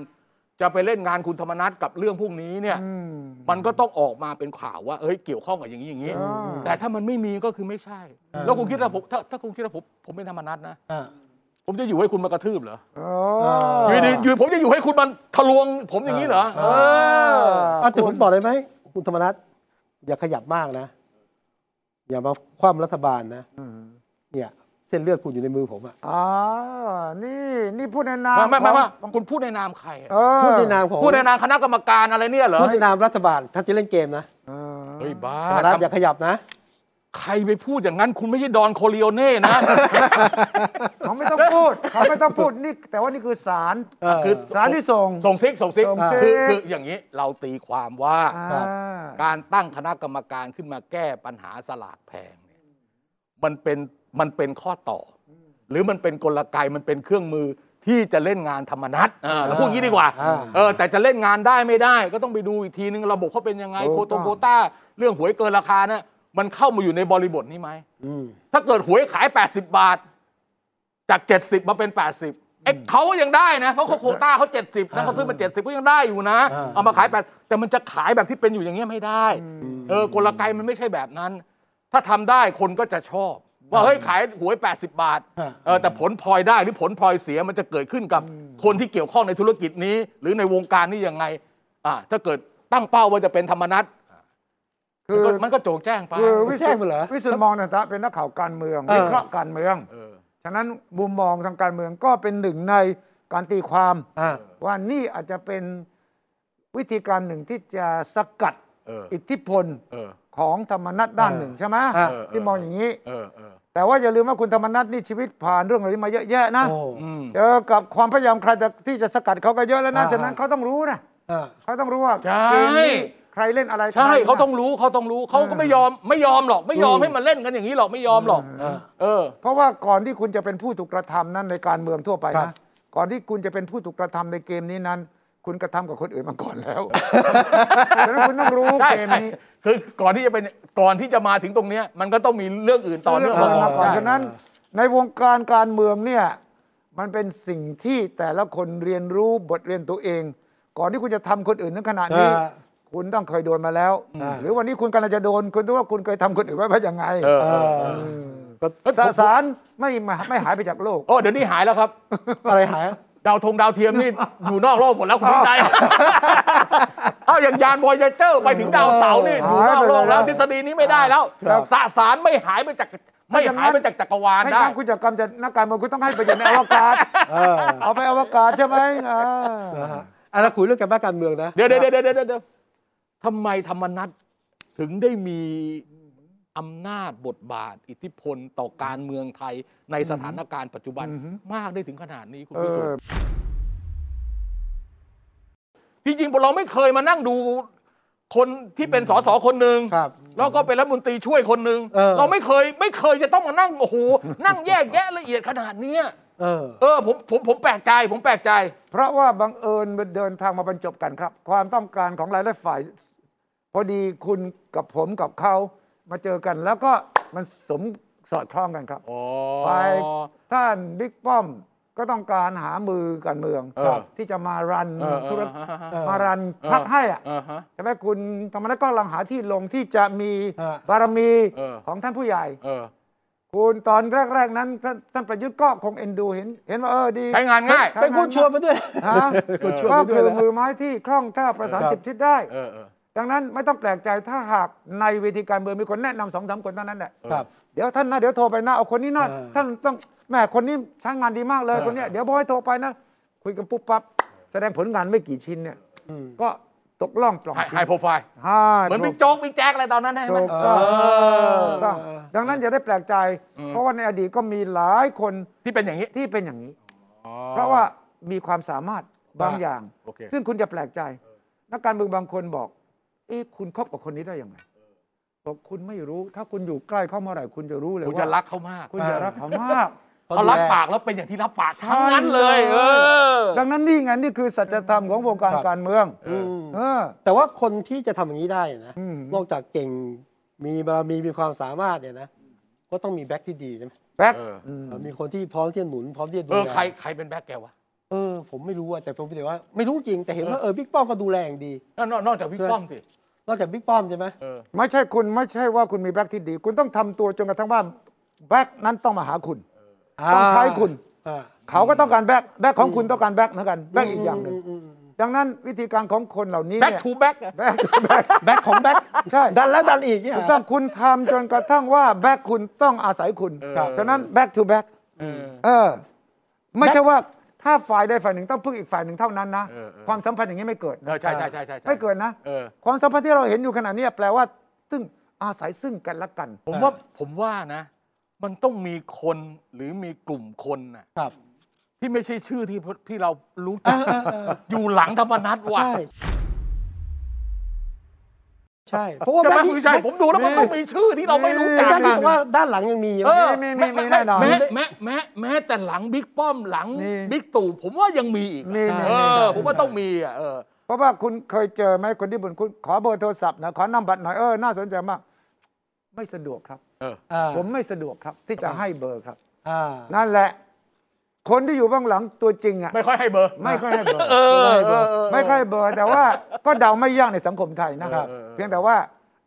S2: จะไปเล่นงานคุณธรรมนัฐกับเรื่องพวกนี้เนี่ย
S3: อืม
S2: มันก็ต้องออกมาเป็นข่าวว่าเฮ้ยเกี่ยวข้องกับอย่างนี้อย่างนี้
S3: เออ
S2: แต่ถ้ามันไม่มีก็คือไม่ใช่
S1: เออ
S2: แล้วคุณคิดว่าผมถ้าถ้าคุณคิดว่าผมผมเป็นธรรมนัตนะ
S1: อ่า
S2: ผมจะอยู่ให้คุณมากระทืบเหรอ
S3: อ
S1: เ
S2: อยู่ดีอยู่ผมจะอยู่ให้คุณมันทะลวงผมอย่างนี้เหรอ
S1: เอ
S2: เอ
S1: อ
S2: อ
S1: อ่ะแต่ผมบอกเลยไหมคุณธรรมนัฐอย่าขยับมากนะ อย่ามาคว่ำรัฐบาลนะ เนี่ย เส้นเลือดคุณอยู่ในมือผมอะ
S3: อ่านี่นี่พูดในนาม
S2: ไม่ไม่ไม่ว่า
S3: ของ
S2: คุณพูดในนามใครอะ
S3: เออ
S1: พูดในนามของ
S2: พูดในนามคณะกรรมการอะไรเนี่ยเหรอ
S1: พูดในนามรัฐบาลท่านจะเล่นเกมนะ
S3: เออ
S2: เฮ้ยบ้า
S1: ธรรมนัฐอย่าขยับนะ
S2: ใครไปพูดอย่างนั้น คุณไม่ใช่ดอนโคลิโอเน่นะ
S3: เขาไม่ต้องพูดเขาไม่ต้องพูดนี่แต่ว่านี่คือสาร
S1: เออ
S2: คือ
S3: สารที่ส่ง
S2: ส่งซิกส่งซิก
S3: ส่งซิก
S2: คือคืออย่างนี้เราตีความว่า
S3: อ่า
S1: ครับ
S2: การตั้งคณะกรรมการขึ้นมาแก้ปัญหาสลากแพงเนี่ยมันเป็นมันเป็นข้อต่ออหรือมันเป็นกลไกมันเป็นเครื่องมือที่จะเล่นงานธรรมนัตเออเราพูดอย่างนี้ดีกว่า
S1: อ่า
S2: เออแต่จะเล่นงานได้ไม่ได้ ก็ต้องไปดูอีกทีนึงระบบเขาเป็นยังไง
S3: ถูก
S2: โค
S3: ต้
S2: ต
S3: อง
S2: โคต้าเรื่องหวยเกินราคาเนี่ยมันเข้ามาอยู่ในบริบทนี้ไหม
S1: อืม
S2: ถ้าเกิดหวยขาย 80 บาท จาก 70 มาเป็น 80เอ๊ะเขาก็ยังได้นะ เพราะเขาโควต้าเขา70นะเขาซื้อมา 70ก็ยังได้อยู่นะ
S1: อ่า
S2: เอามาขาย8แต่มันจะขายแบบที่เป็นอยู่อย่างเงี้ยไม่ได้
S3: อืม
S2: เออกลไกมันไม่ใช่แบบนั้น ถ้าทำได้คนก็จะชอบ ว่าเฮ้ยขายหวย 80 บาท
S1: อ่า
S2: เออแต่ผลพลอยได้หรือผลพลอยเสียมันจะเกิดขึ้นกับคนที่เกี่ยวข้องในธุรกิจนี้ หรือในวงการนี้ยังไงอ่าถ้าเกิดตั้งเป้าว่าจะเป็นธรรมนัต
S3: คือ
S2: มันก็โจงแจ้งไป
S3: คือวิ
S1: แจ้
S3: สุท
S1: งไปเหรอ
S3: ธิ์วิสุทธิ์มองในฐานะเป็นนักข่าวการเมือง
S1: เออ
S3: วิเคราะห์การเมือง
S2: เออ
S3: ฉะนั้นมุมมองทางการเมืองก็เป็นหนึ่งในการตีความ
S1: อ่า
S3: ว่านี่อาจจะเป็นวิธีการหนึ่งที่จะสกัด
S2: เออ
S3: อิทธิพล
S2: เออ
S3: ของธรรมนัตด้านหนึ่ง
S1: เออ
S3: ใช่ไหม
S1: เออ
S3: ที่มองอย่างนี้
S2: เออเออ
S3: แต่ว่าอย่าลืมว่าคุณธรรมนัฐนี่ชีวิตผ่านเรื่องอะไรมาเยอะแยะนะ
S1: โอ้
S2: อืม
S3: เจอกับความพยายามใครจะที่จะสกัดเขาก็เยอะแล้วนะ
S1: อ่า
S3: ฉะนั้นเขาต้องรู้นะ
S1: อ่า
S3: เขาต้องรู้ว่า
S2: ใช่
S3: เกมนี้ใครเล่นอะไร
S2: ใช่
S3: ใครนะ
S2: เขาต้องรู้เขาต้องรู้เขาก็
S3: อ่า
S2: ไม่ยอมไม่ยอมหรอกไม่ยอม
S1: อืม
S2: ให้มันเล่นกันอย่างนี้หรอกไม่ยอมหรอก
S1: อ่า
S2: เออ
S3: เพราะว่าก่อนที่คุณจะเป็นผู้ถูกกระทำนั้นในการเมืองทั่วไป
S1: ครับ
S3: นะก่อนที่คุณจะเป็นผู้ถูกกระทำในเกมนี้นั้น คุณกระทำกับคนอื่นมาก่อนแล้วฉะนั้นคุณต้องรู้
S2: ใช่
S3: เกม
S2: ใช่
S3: นี้
S2: คือก่อนที่จะเป็นก่อนที่จะมาถึงตรงเนี้ยมันก็ต้องมีเรื่องอื่นต่อเนื่อง
S3: เรื่
S2: มา
S3: อง
S2: ก่
S3: ราว
S2: อน
S3: มาก่อน
S2: ใช่
S3: ฉะนั้น ในวงการการเมืองเนี่ยมันเป็นสิ่งที่แต่ละคนเรียนรู้บทเรียนตัวเอง ก่อนที่คุณจะทำคนอื่นถึงขนาดนี้
S1: อ่า
S3: คุณต้องเคยโดนมาแล้ว
S1: อ่า
S3: หรือวันนี้คุณกำลังจะโดน คุณต้องว่าคุณเคยทำคนอื่นไว้ว่ายังไง
S2: เออเออเออ
S1: ก็
S2: เอ้ยผม
S3: สสารไม่มาไม่หายไปจากโลก
S2: โอ้เดี๋ยวนี้หายแล้วครับ
S1: อะไรหายอ่ะ
S2: ดาวธงดาวเทีย มนี่ อยู่นอกโลกหมดแล้วคุณพิ จัย เอาอย่างยานวอยเจอร์ไปถึงดาวเสาร์นี่อยู่นอกโลกแล้วทฤษฎีนี้ไม่ได้แล้ว
S1: ครับ
S2: สสารไม่หายไปจากไม่หายไปจากจักรวาล
S3: ให้
S2: ได้
S3: ทำคุณจักรกรรมจะนักการเมืองคุณต้องให้ไปอยู่ในอวกาศ
S1: เออ
S3: เอาไปอวกาศใช่ไหมอ่า
S1: นะฮะอ่ะเราคุยเรื่องการบ้านการเมืองนะ
S2: เดี๋ยวเดี๋ยวเดี๋ยวเดี๋ยวเดี๋ยวทำไมธรรมนัตถึงได้มีอำนาจบทบาท อิทธิพลต่อการเมืองไทยในสถานการณ์ปัจจุบันมากได้ถึงขนาดนี้คุณ
S3: เอ
S2: พิสุท
S3: อ
S2: ธิ์จริงๆเราไม่เคยมานั่งดูคนที่เป็นสสคนหนึ่ง
S1: ครับ
S2: แล้วก็เป็นรัฐมนตรีช่วยคนหนึ่ง
S1: เออ
S2: เราไม่เคยไม่เคยจะต้องมานั่งโอ้โหนั่งแยกแยะละเอียดขนาดเนี้ย
S1: เออ
S2: เออผมผมผมแปลกใจ ผมแปลกใจ
S3: เพราะว่าบังเอิญมันเดินทางมาบรรจบกันครับ ความต้องการของหลายหลายฝ่าย พอดีคุณกับผมกับเขามาเจอกัน แล้วก็มันสมสอดคล้องกันครับ ฝ่ายท่านบิ๊กป้อมก็ต้องการหามือการเมือง
S2: เออ
S3: ที่จะมารัน
S2: เออ
S3: ธุร
S2: เออฮะฮะ
S1: เออ
S3: มารันพักให้อ่ะ
S2: เออฮะ
S3: ใช่ไหมคุณธรรมนัฐก็กำลังหาที่ลงที่จะมี
S1: เออ
S3: บารมี
S2: เออ
S3: ของท่านผู้ใหญ่
S2: เออ
S3: คุณตอนแรก ๆ นั้นท่านท่านประยุทธ์ก็คงเอ็นดูเห็น เห็นว่าเออดี
S2: ใช้งานง่าย
S3: ใช้
S1: เป็นคนชวนมาด้วย
S3: ฮะ
S1: คนชวน
S3: ก็
S1: มาด้ว
S3: คื
S1: ย
S3: อ
S1: นะ
S3: มือไม้ที่คล่องแคล่วประสาน
S1: ครับ
S3: สิบทิศได้
S2: เออเออ
S3: ดังนั้นไม่ต้องแปลกใจถ้าหากในเวทีการเมืองมีคนแนะนำสองสามคนเท่านั้นแหละ
S1: ครับ
S3: เดี๋ยวท่านนะเดี๋ยวโทรไปนะเอาคนนี้นะ
S1: เออ
S3: ท่านต้องแหมคนนี้ใช้งานดีมากเลย
S1: เออ
S3: คนเนี้ยเดี๋ยวบอกให้โทรไปนะ คุยกันปุ๊บปั๊บแสดงผลงานไม่กี่ชิ้นเนี่ย
S1: อืม
S3: ก็ตกล่องปล่อง
S2: ไฮไฮ
S3: ชิ้น
S2: โปรไฟล์
S3: ฮ่า
S2: เหมือนบิ๊กโจ๊กบิ๊กแจ๊กอะไรตอนนั้นนะใช่ไหม
S3: ถูกต้อง
S1: เออ
S3: ถูกต้อง
S1: เออ
S3: ดังนั้นอย่าได้แปลกใจ
S2: อืม
S3: เพราะว่าในอดีตก็มีหลายคน
S2: ที่เป็นอย่างนี้
S3: ที่เป็นอย่างนี้ เพราะว่ามีความสามารถบางอย่าง
S2: โอเค
S3: ซึ่งคุณจะแปลกใจ นักการเมืองบางคนบอก เอ๊ะคุณคบกับคนนี้ได้ยังไงบอกคุณไม่รู้ ถ้าคุณอยู่ใกล้เขาเมื่อไหร่คุณจะรู้เลย
S2: คุณ
S3: ว่า
S2: จะรักเขามาก
S3: คุณจะรักเขามาก
S2: เขารับปากแล้วเป็นอย่างที่รับปากทั้งนั้นเลย เออ
S3: ดังนั้นนี่ไงนี่คือสัจธรรมของวงการ
S1: ครับ
S3: การเมือง
S1: อืม
S3: เออ
S1: แต่ว่าคนที่จะทำอย่างนี้ได้นะ
S3: อืม
S1: นอกจากเก่งมีบารมีมีความสามารถเนี่ยนะ ก็ต้องมีแบ็คที่ดีนะ
S3: แบ็ค
S2: เออ
S3: ม
S1: มีคนที่พร้อมที่จะหนุนพร้อมที่จะดู
S2: เออ
S1: แล
S2: ใครใครเป็นแบ็คแกวะ
S1: เออผมไม่รู้อะแต่ผมเห็นว่าไม่รู้จริงแต่เห็นว่าเออบิ๊กป้อมก็ดูแลอย่างดี
S2: นอกนอกจากพี่
S1: เออ
S2: ป้อมสิ
S1: นอกจากบิ๊กป้อมใช่ไหม
S2: เออ
S3: ไม่ใช่คุณไม่ใช่ว่าคุณมีแบ็กที่ดี คุณต้องทำตัวจนกระทั่งว่าแบ็กนั้นต้องมาหาคุณ ต้องใช้คุณ
S1: อ่า
S3: เขาก็ต้องการแบ็กแบ็กของคุณ
S1: อืม
S3: ต้องการแบ็กเหมือนกันแบ็กอีกอย่างหนึ่งดังนั้นวิธีการของคนเหล่านี้
S2: แบ็ค
S3: เนี่ย
S2: ทูแบ็คอะ
S3: แบ็กแบ็ก
S1: แบ็คของแบ็ค
S3: ใช่
S1: ดันแล้วดันอีกเนี่ย
S3: ถูกต้องคุณทำจนกระทั่งว่าแบ็กคุณต้องอาศัยคุณ
S2: เออ
S3: ฉะนั้นแบ็กทูแบ็ก
S2: เออ
S3: เออ ไม่ใช่ว่าถ้าฝ่ายใดฝ่ายหนึ่งต้องพึ่งอีกฝ่ายหนึ่งเท่านั้นนะ
S2: เออเออ
S3: ความสัมพันธ์อย่างนี้ไม่เกิด
S2: เออใช่ใช่ใช่ใช่ใช่
S3: ไม่เกิดนะ
S2: เออ
S3: ความสัมพันธ์ที่เราเห็นอยู่ขณะเนี้ยแปลว่าซึ่งอาศัยซึ่งกันและกัน
S2: ผม
S1: อ่า
S2: ว่าผมว่านะ มันต้องมีคนหรือมีกลุ่มคนน่ะ
S1: ครับ
S2: ที่ไม่ใช่ชื่อที่ที่เรารู้จัก
S1: เออเออเออ
S2: อยู่หลังธรรมนัตว่ะ
S1: ใช่ใช่เพราะว่า
S2: ใช่
S1: แบ็
S2: ไห
S1: ค
S2: ม
S1: ที่
S2: คุณวิชัยผมดูแล้วมันต้องมีชื่อที่เราไม่รู้จัก
S1: แบ็คที่
S2: อะ
S1: บอกว่าด้านหลังยังมีอยู่
S2: เออ
S3: มีมีมีแน่นอน
S2: แม้แม้แม้แม้แต่หลังบิ๊กป้อมหลัง
S3: มี
S2: บิ๊กตู่ผมว่ายังมีอีกอะ
S3: นี่นี่
S2: เอ
S3: นี่
S2: อ
S3: ใช่
S2: ผมว่าต้องมีอ่ะเออ
S3: เพราะว่าคุณเคยเจอไหมคนที่บุญคุณขอเบอร์โทรศัพท์หนะขอนำบัตรหน่อยเออน่าสนใจมาก ไม่สะดวกครับ ผมไม่สะดวกครับ ที่จะให้เบอร์ครับ นั่นแหละ คนที่อยู่เบื้องหลังตัวจริงอ่ะ
S2: ไม่ค่อยให้เบอร์
S3: ไม่ค่อยให้เบอร์
S2: เออเออเออ
S3: ไม่ค่อยให้เบอร์แต่ว่าก็เดาไม่ยากในสังคมไทยนะครับ
S2: เออเออเออ
S3: เพียงแต่ว่า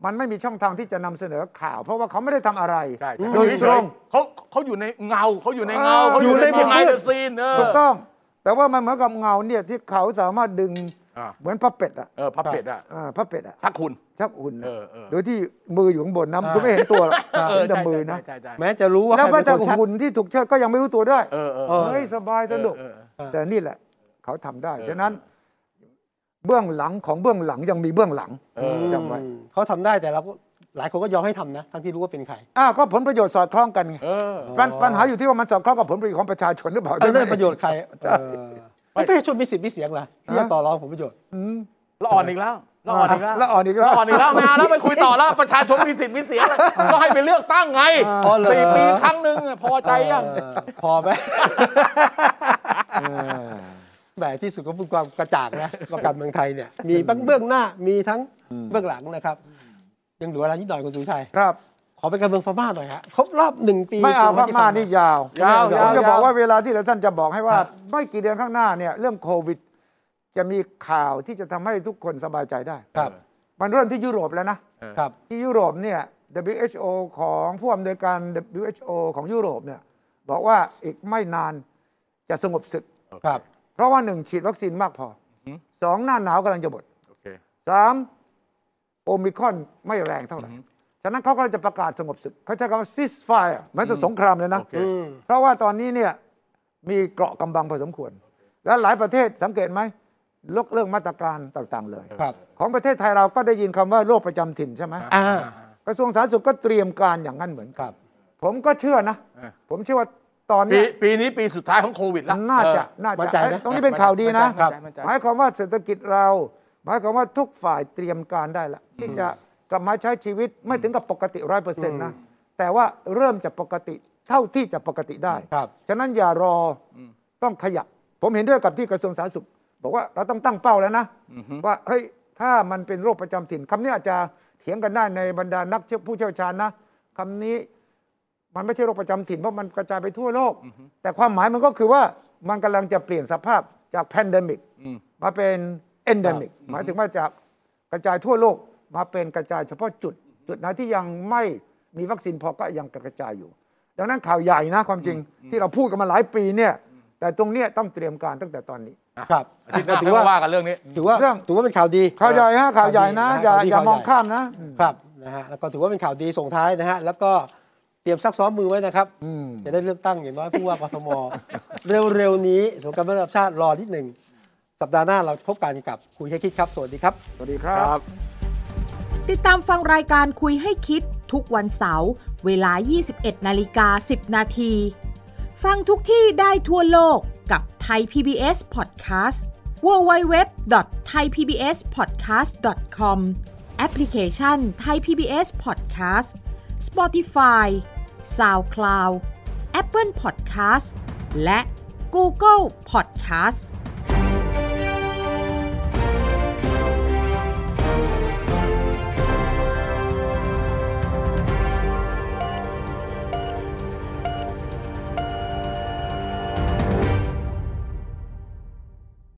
S3: มันไม่มีช่องทางที่จะนำเสนอข่าว เพราะว่าเขาไม่ได้ทำอะไร
S2: ใช่
S1: อื
S2: ใช่
S1: ม
S2: เขาอยู่เฉยๆเขาเขาอยู่ในเงาเขาอยู่ในเงา
S3: เออ
S2: เขาอยู่ใน
S1: อยู่ในมุมมื
S2: ไฮ
S1: ด
S2: เดอซีนเออ
S3: ถูกต้อง แต่ว่ามันเหมือนกับเงาเนี่ยที่เขาสามารถดึง
S2: อ่ะ
S3: เหมือนพับเป็ดอ่ะ
S2: เออพับเป็ดอ่ะ
S3: อ่าพับเป็ดอ่ะ
S2: ถ้าคุณ
S3: ชักอุ่นอะ
S2: เออเออ
S3: โดยที่มืออยู่ข้างบนนะ
S1: อ่า
S3: คุณไม่เห็นตัวหรอก
S2: เอ
S3: เห็
S2: อน
S3: แต่
S2: ใช่
S3: มือนะ
S2: ใช่ใช่ใช่
S1: แม้จะรู้ว่า
S3: แล้ว
S1: ใคร
S3: ก็
S1: เป็น
S3: จะ
S1: คนชัก
S3: หุ่นที่ถูกเชิดก็ยังไม่รู้ตัวด้วย
S2: เออเออ
S1: เออ
S3: เฮ้ยสบายสนุก
S2: เออเออ
S1: เอ
S3: แต่
S1: อ
S3: นี่แหละ เขาทำได้
S2: เออ
S3: ฉะนั้น เบื้องหลังของเบื้องหลังยังมีเบื้องหลัง
S2: เออ
S3: จำไว้
S1: อืมเขาทำได้แต่เราก็หลายคนก็ยอมให้ทำนะ ทั้งที่รู้ว่าเป็นใคร
S3: อ้าวก็ผลประโยชน์สอดคล้องกันไง
S2: เออ
S3: ปัญ
S1: อ๋อ
S3: ปัญหาอยู่ที่ว่ามันสอดคล้องกับผลประโยชน์ของประชาชนหรือเปล่า
S1: เออ
S3: ใช่
S1: ได้
S3: ไหม
S1: ประโยชน์ใคร
S3: ใช่
S1: เออแล้วประชาชนมีสิทธิ์มีเสียงเหรอที่จะต่อรองผลประโยชน์
S3: อืม
S2: ละอ่อนอีกแล้วละอ่อนอีกแล้ว
S3: ละอ่อนอีกแล้ว
S2: ละอ่อนอีกแล้วไม่เอาแล้วไปคุยต่อแล้วประชาชนมีสิทธิ์มีเสียงอะไรก็ให้ไปเลือกตั้งไง
S1: อ๋อเหรอ
S2: สี่ปีครั้งหนึ่งอะพอใจยัง
S1: เออพอไหม
S3: เออ
S1: แหมที่สุดก็เป็นความกระจ่างนะ ว่าการเมืองไทยเนี่ย มีทั้งเบื้องหน้ามีทั้ง
S3: อืม
S1: เบื้องหลังนะครับ ยังเหลือเวลานิดหน่อยคุณสุวิชัย
S3: ครับ
S1: ขอไปการเมืองพม่าหน่อยฮะครบรอบหนึ่งปี
S3: ไม่เอาพม่านี่ยาวย
S2: าว
S3: ผมจะ
S2: ยาว
S3: บอก
S2: ยาว
S3: ว่าเวลาที่เราท่านจะบอกให้ว่า ไม่กี่เดือนข้างหน้าเนี่ย เรื่องโควิด จะมีข่าวที่จะทำให้ทุกคนสบายใจได้
S1: ครับ
S3: มันเริ่มที่ยุโรปแล้วนะ
S1: ครับ
S3: ที่ยุโรปเนี่ย WHO ของผู้อำนวยการ WHO ของยุโรปเนี่ยบอกว่าอีกไม่นานจะสงบศึก
S1: ครับ
S3: เพราะว่าหนึ่งฉีดวัคซีนมากพอ
S2: อืม
S3: สองหน้าหนาวกำลังจะหมด
S2: โอเค
S3: สามโอมิครอนไม่แรงเท่าไหร่
S2: อืม
S3: ฉะนั้นเขาก็จะประกาศสงบศึกเขาใช้คำว่า ceasefire เหมือนจะสงครามเลยนะ
S2: โอเค
S1: อืม
S3: เพราะว่าตอนนี้เนี่ยมีเกราะกำบังพอสมควร และหลายประเทศสังเกตไหมลกเรื่องมาตรการต่างๆเลย
S1: ครับ
S3: ของประเทศไทยเราก็ได้ยินคำว่าโรคประจำถิ่นใช่ไหม
S1: อ่า
S3: กระทรวงสาธารณสุขก็เตรียมการอย่างนั้นเหมือน
S1: ค
S3: กัน
S1: รับ
S3: ผมก็เชื่อนะ
S2: เออ
S3: ผมเชื่อว่าตอน
S2: ปี
S3: เนี้ย
S2: ปีนี้ปีสุดท้ายของโควิดแล้ว
S3: น่าจะ
S2: เอ
S3: น่า
S1: มั่นใจ
S3: จะ
S1: นะ
S3: เอ้ยตรงนี้เป็นข่าวดีนะ
S2: ครับ
S3: หมายความว่าเศรษฐกิจเรา หมายความว่าทุกฝ่ายเตรียมการได้ละที่จะกลับมาใช้ชีวิตไม่ถึงกับปกติร้อยเปอร์เซ็นต์นะแต่ว่าเริ่มจะปกติเท่าที่จะปกติได้
S1: ครับ
S3: ฉะนั้นอย่ารออ
S2: ม
S3: ต้องขยับ ผมเห็นด้วยกับที่กระทรวงสาธารณสุข บอกว่าเราต้องตั้งเป้าแล้วนะ
S2: อือฮึ
S3: ว่าเฮ้ยถ้ามันเป็นโรคประจำถิ่นคำนี้อาจจะเถียงกันได้ในบรรดานักเชี่ยวผู้เชี่ยวชาญนะคำนี้มันไม่ใช่โรคประจำถิ่นเพราะมันกระจายไปทั่วโลก แต่ความหมายมันก็คือว่ามันกำลังจะเปลี่ยนสภาพจากแพนเดมิก
S2: อืม
S3: มาเป็นเอนเดมิกหมายถึงว่าจากกระจายทั่วโลกมาเป็นกระจายเฉพาะจุด จุดไหนที่ยังไม่มีวัคซีนพอก็ยังกระจายอยู่ ดังนั้นข่าวใหญ่นะความจริงที่เราพูดกันมาหลายปีเนี่ย แต่ตรงเนี้ยต้องเตรียมการตั้งแต่ตอนนี้
S2: อ่ะ
S1: ครับ
S2: อาทิตย์หน้า
S1: ถื
S2: ถื
S1: อ
S2: อ
S1: ว่า
S2: ว่าว่ากันเรื่องนี้
S1: ถือว่า
S3: เรื่อง
S1: ถือว่าเป็นข่าวดี
S3: ข่าวใหญ่ฮะข่าวใหญ่นะ อย่า
S1: ข่าวดี
S3: อย่ามอง
S1: ข่าวใหญ่
S3: ข้ามนะอืม
S1: ครับนะฮะแล้วก็ถือว่าเป็นข่าวดีส่งท้ายนะฮะแล้วก็เตรียมซักซ้อมมือไว้นะครับ
S3: อืม
S1: จะได้เลือกตั้งอย่างน้อยผู้ว่ากทม เร็วๆนี้สงกรารระดับชาติรอนิดหนึ่งสัปดาห์หน้าเราพบกันกับคุยให้คิดครับ สวัสดีครับ
S3: สวัสดีครับ
S6: ติดตามฟังรายการคุยให้คิดทุกวันเสาร์เวลา 21 นาฬิกา 10 นาที ฟังทุกที่ได้ทั่วโลกกับ ไทย PBS Podcast www.thaipbspodcast.com แอปพลิเคชันไทย PBS Podcast Spotify SoundCloud Apple Podcast และ Google Podcast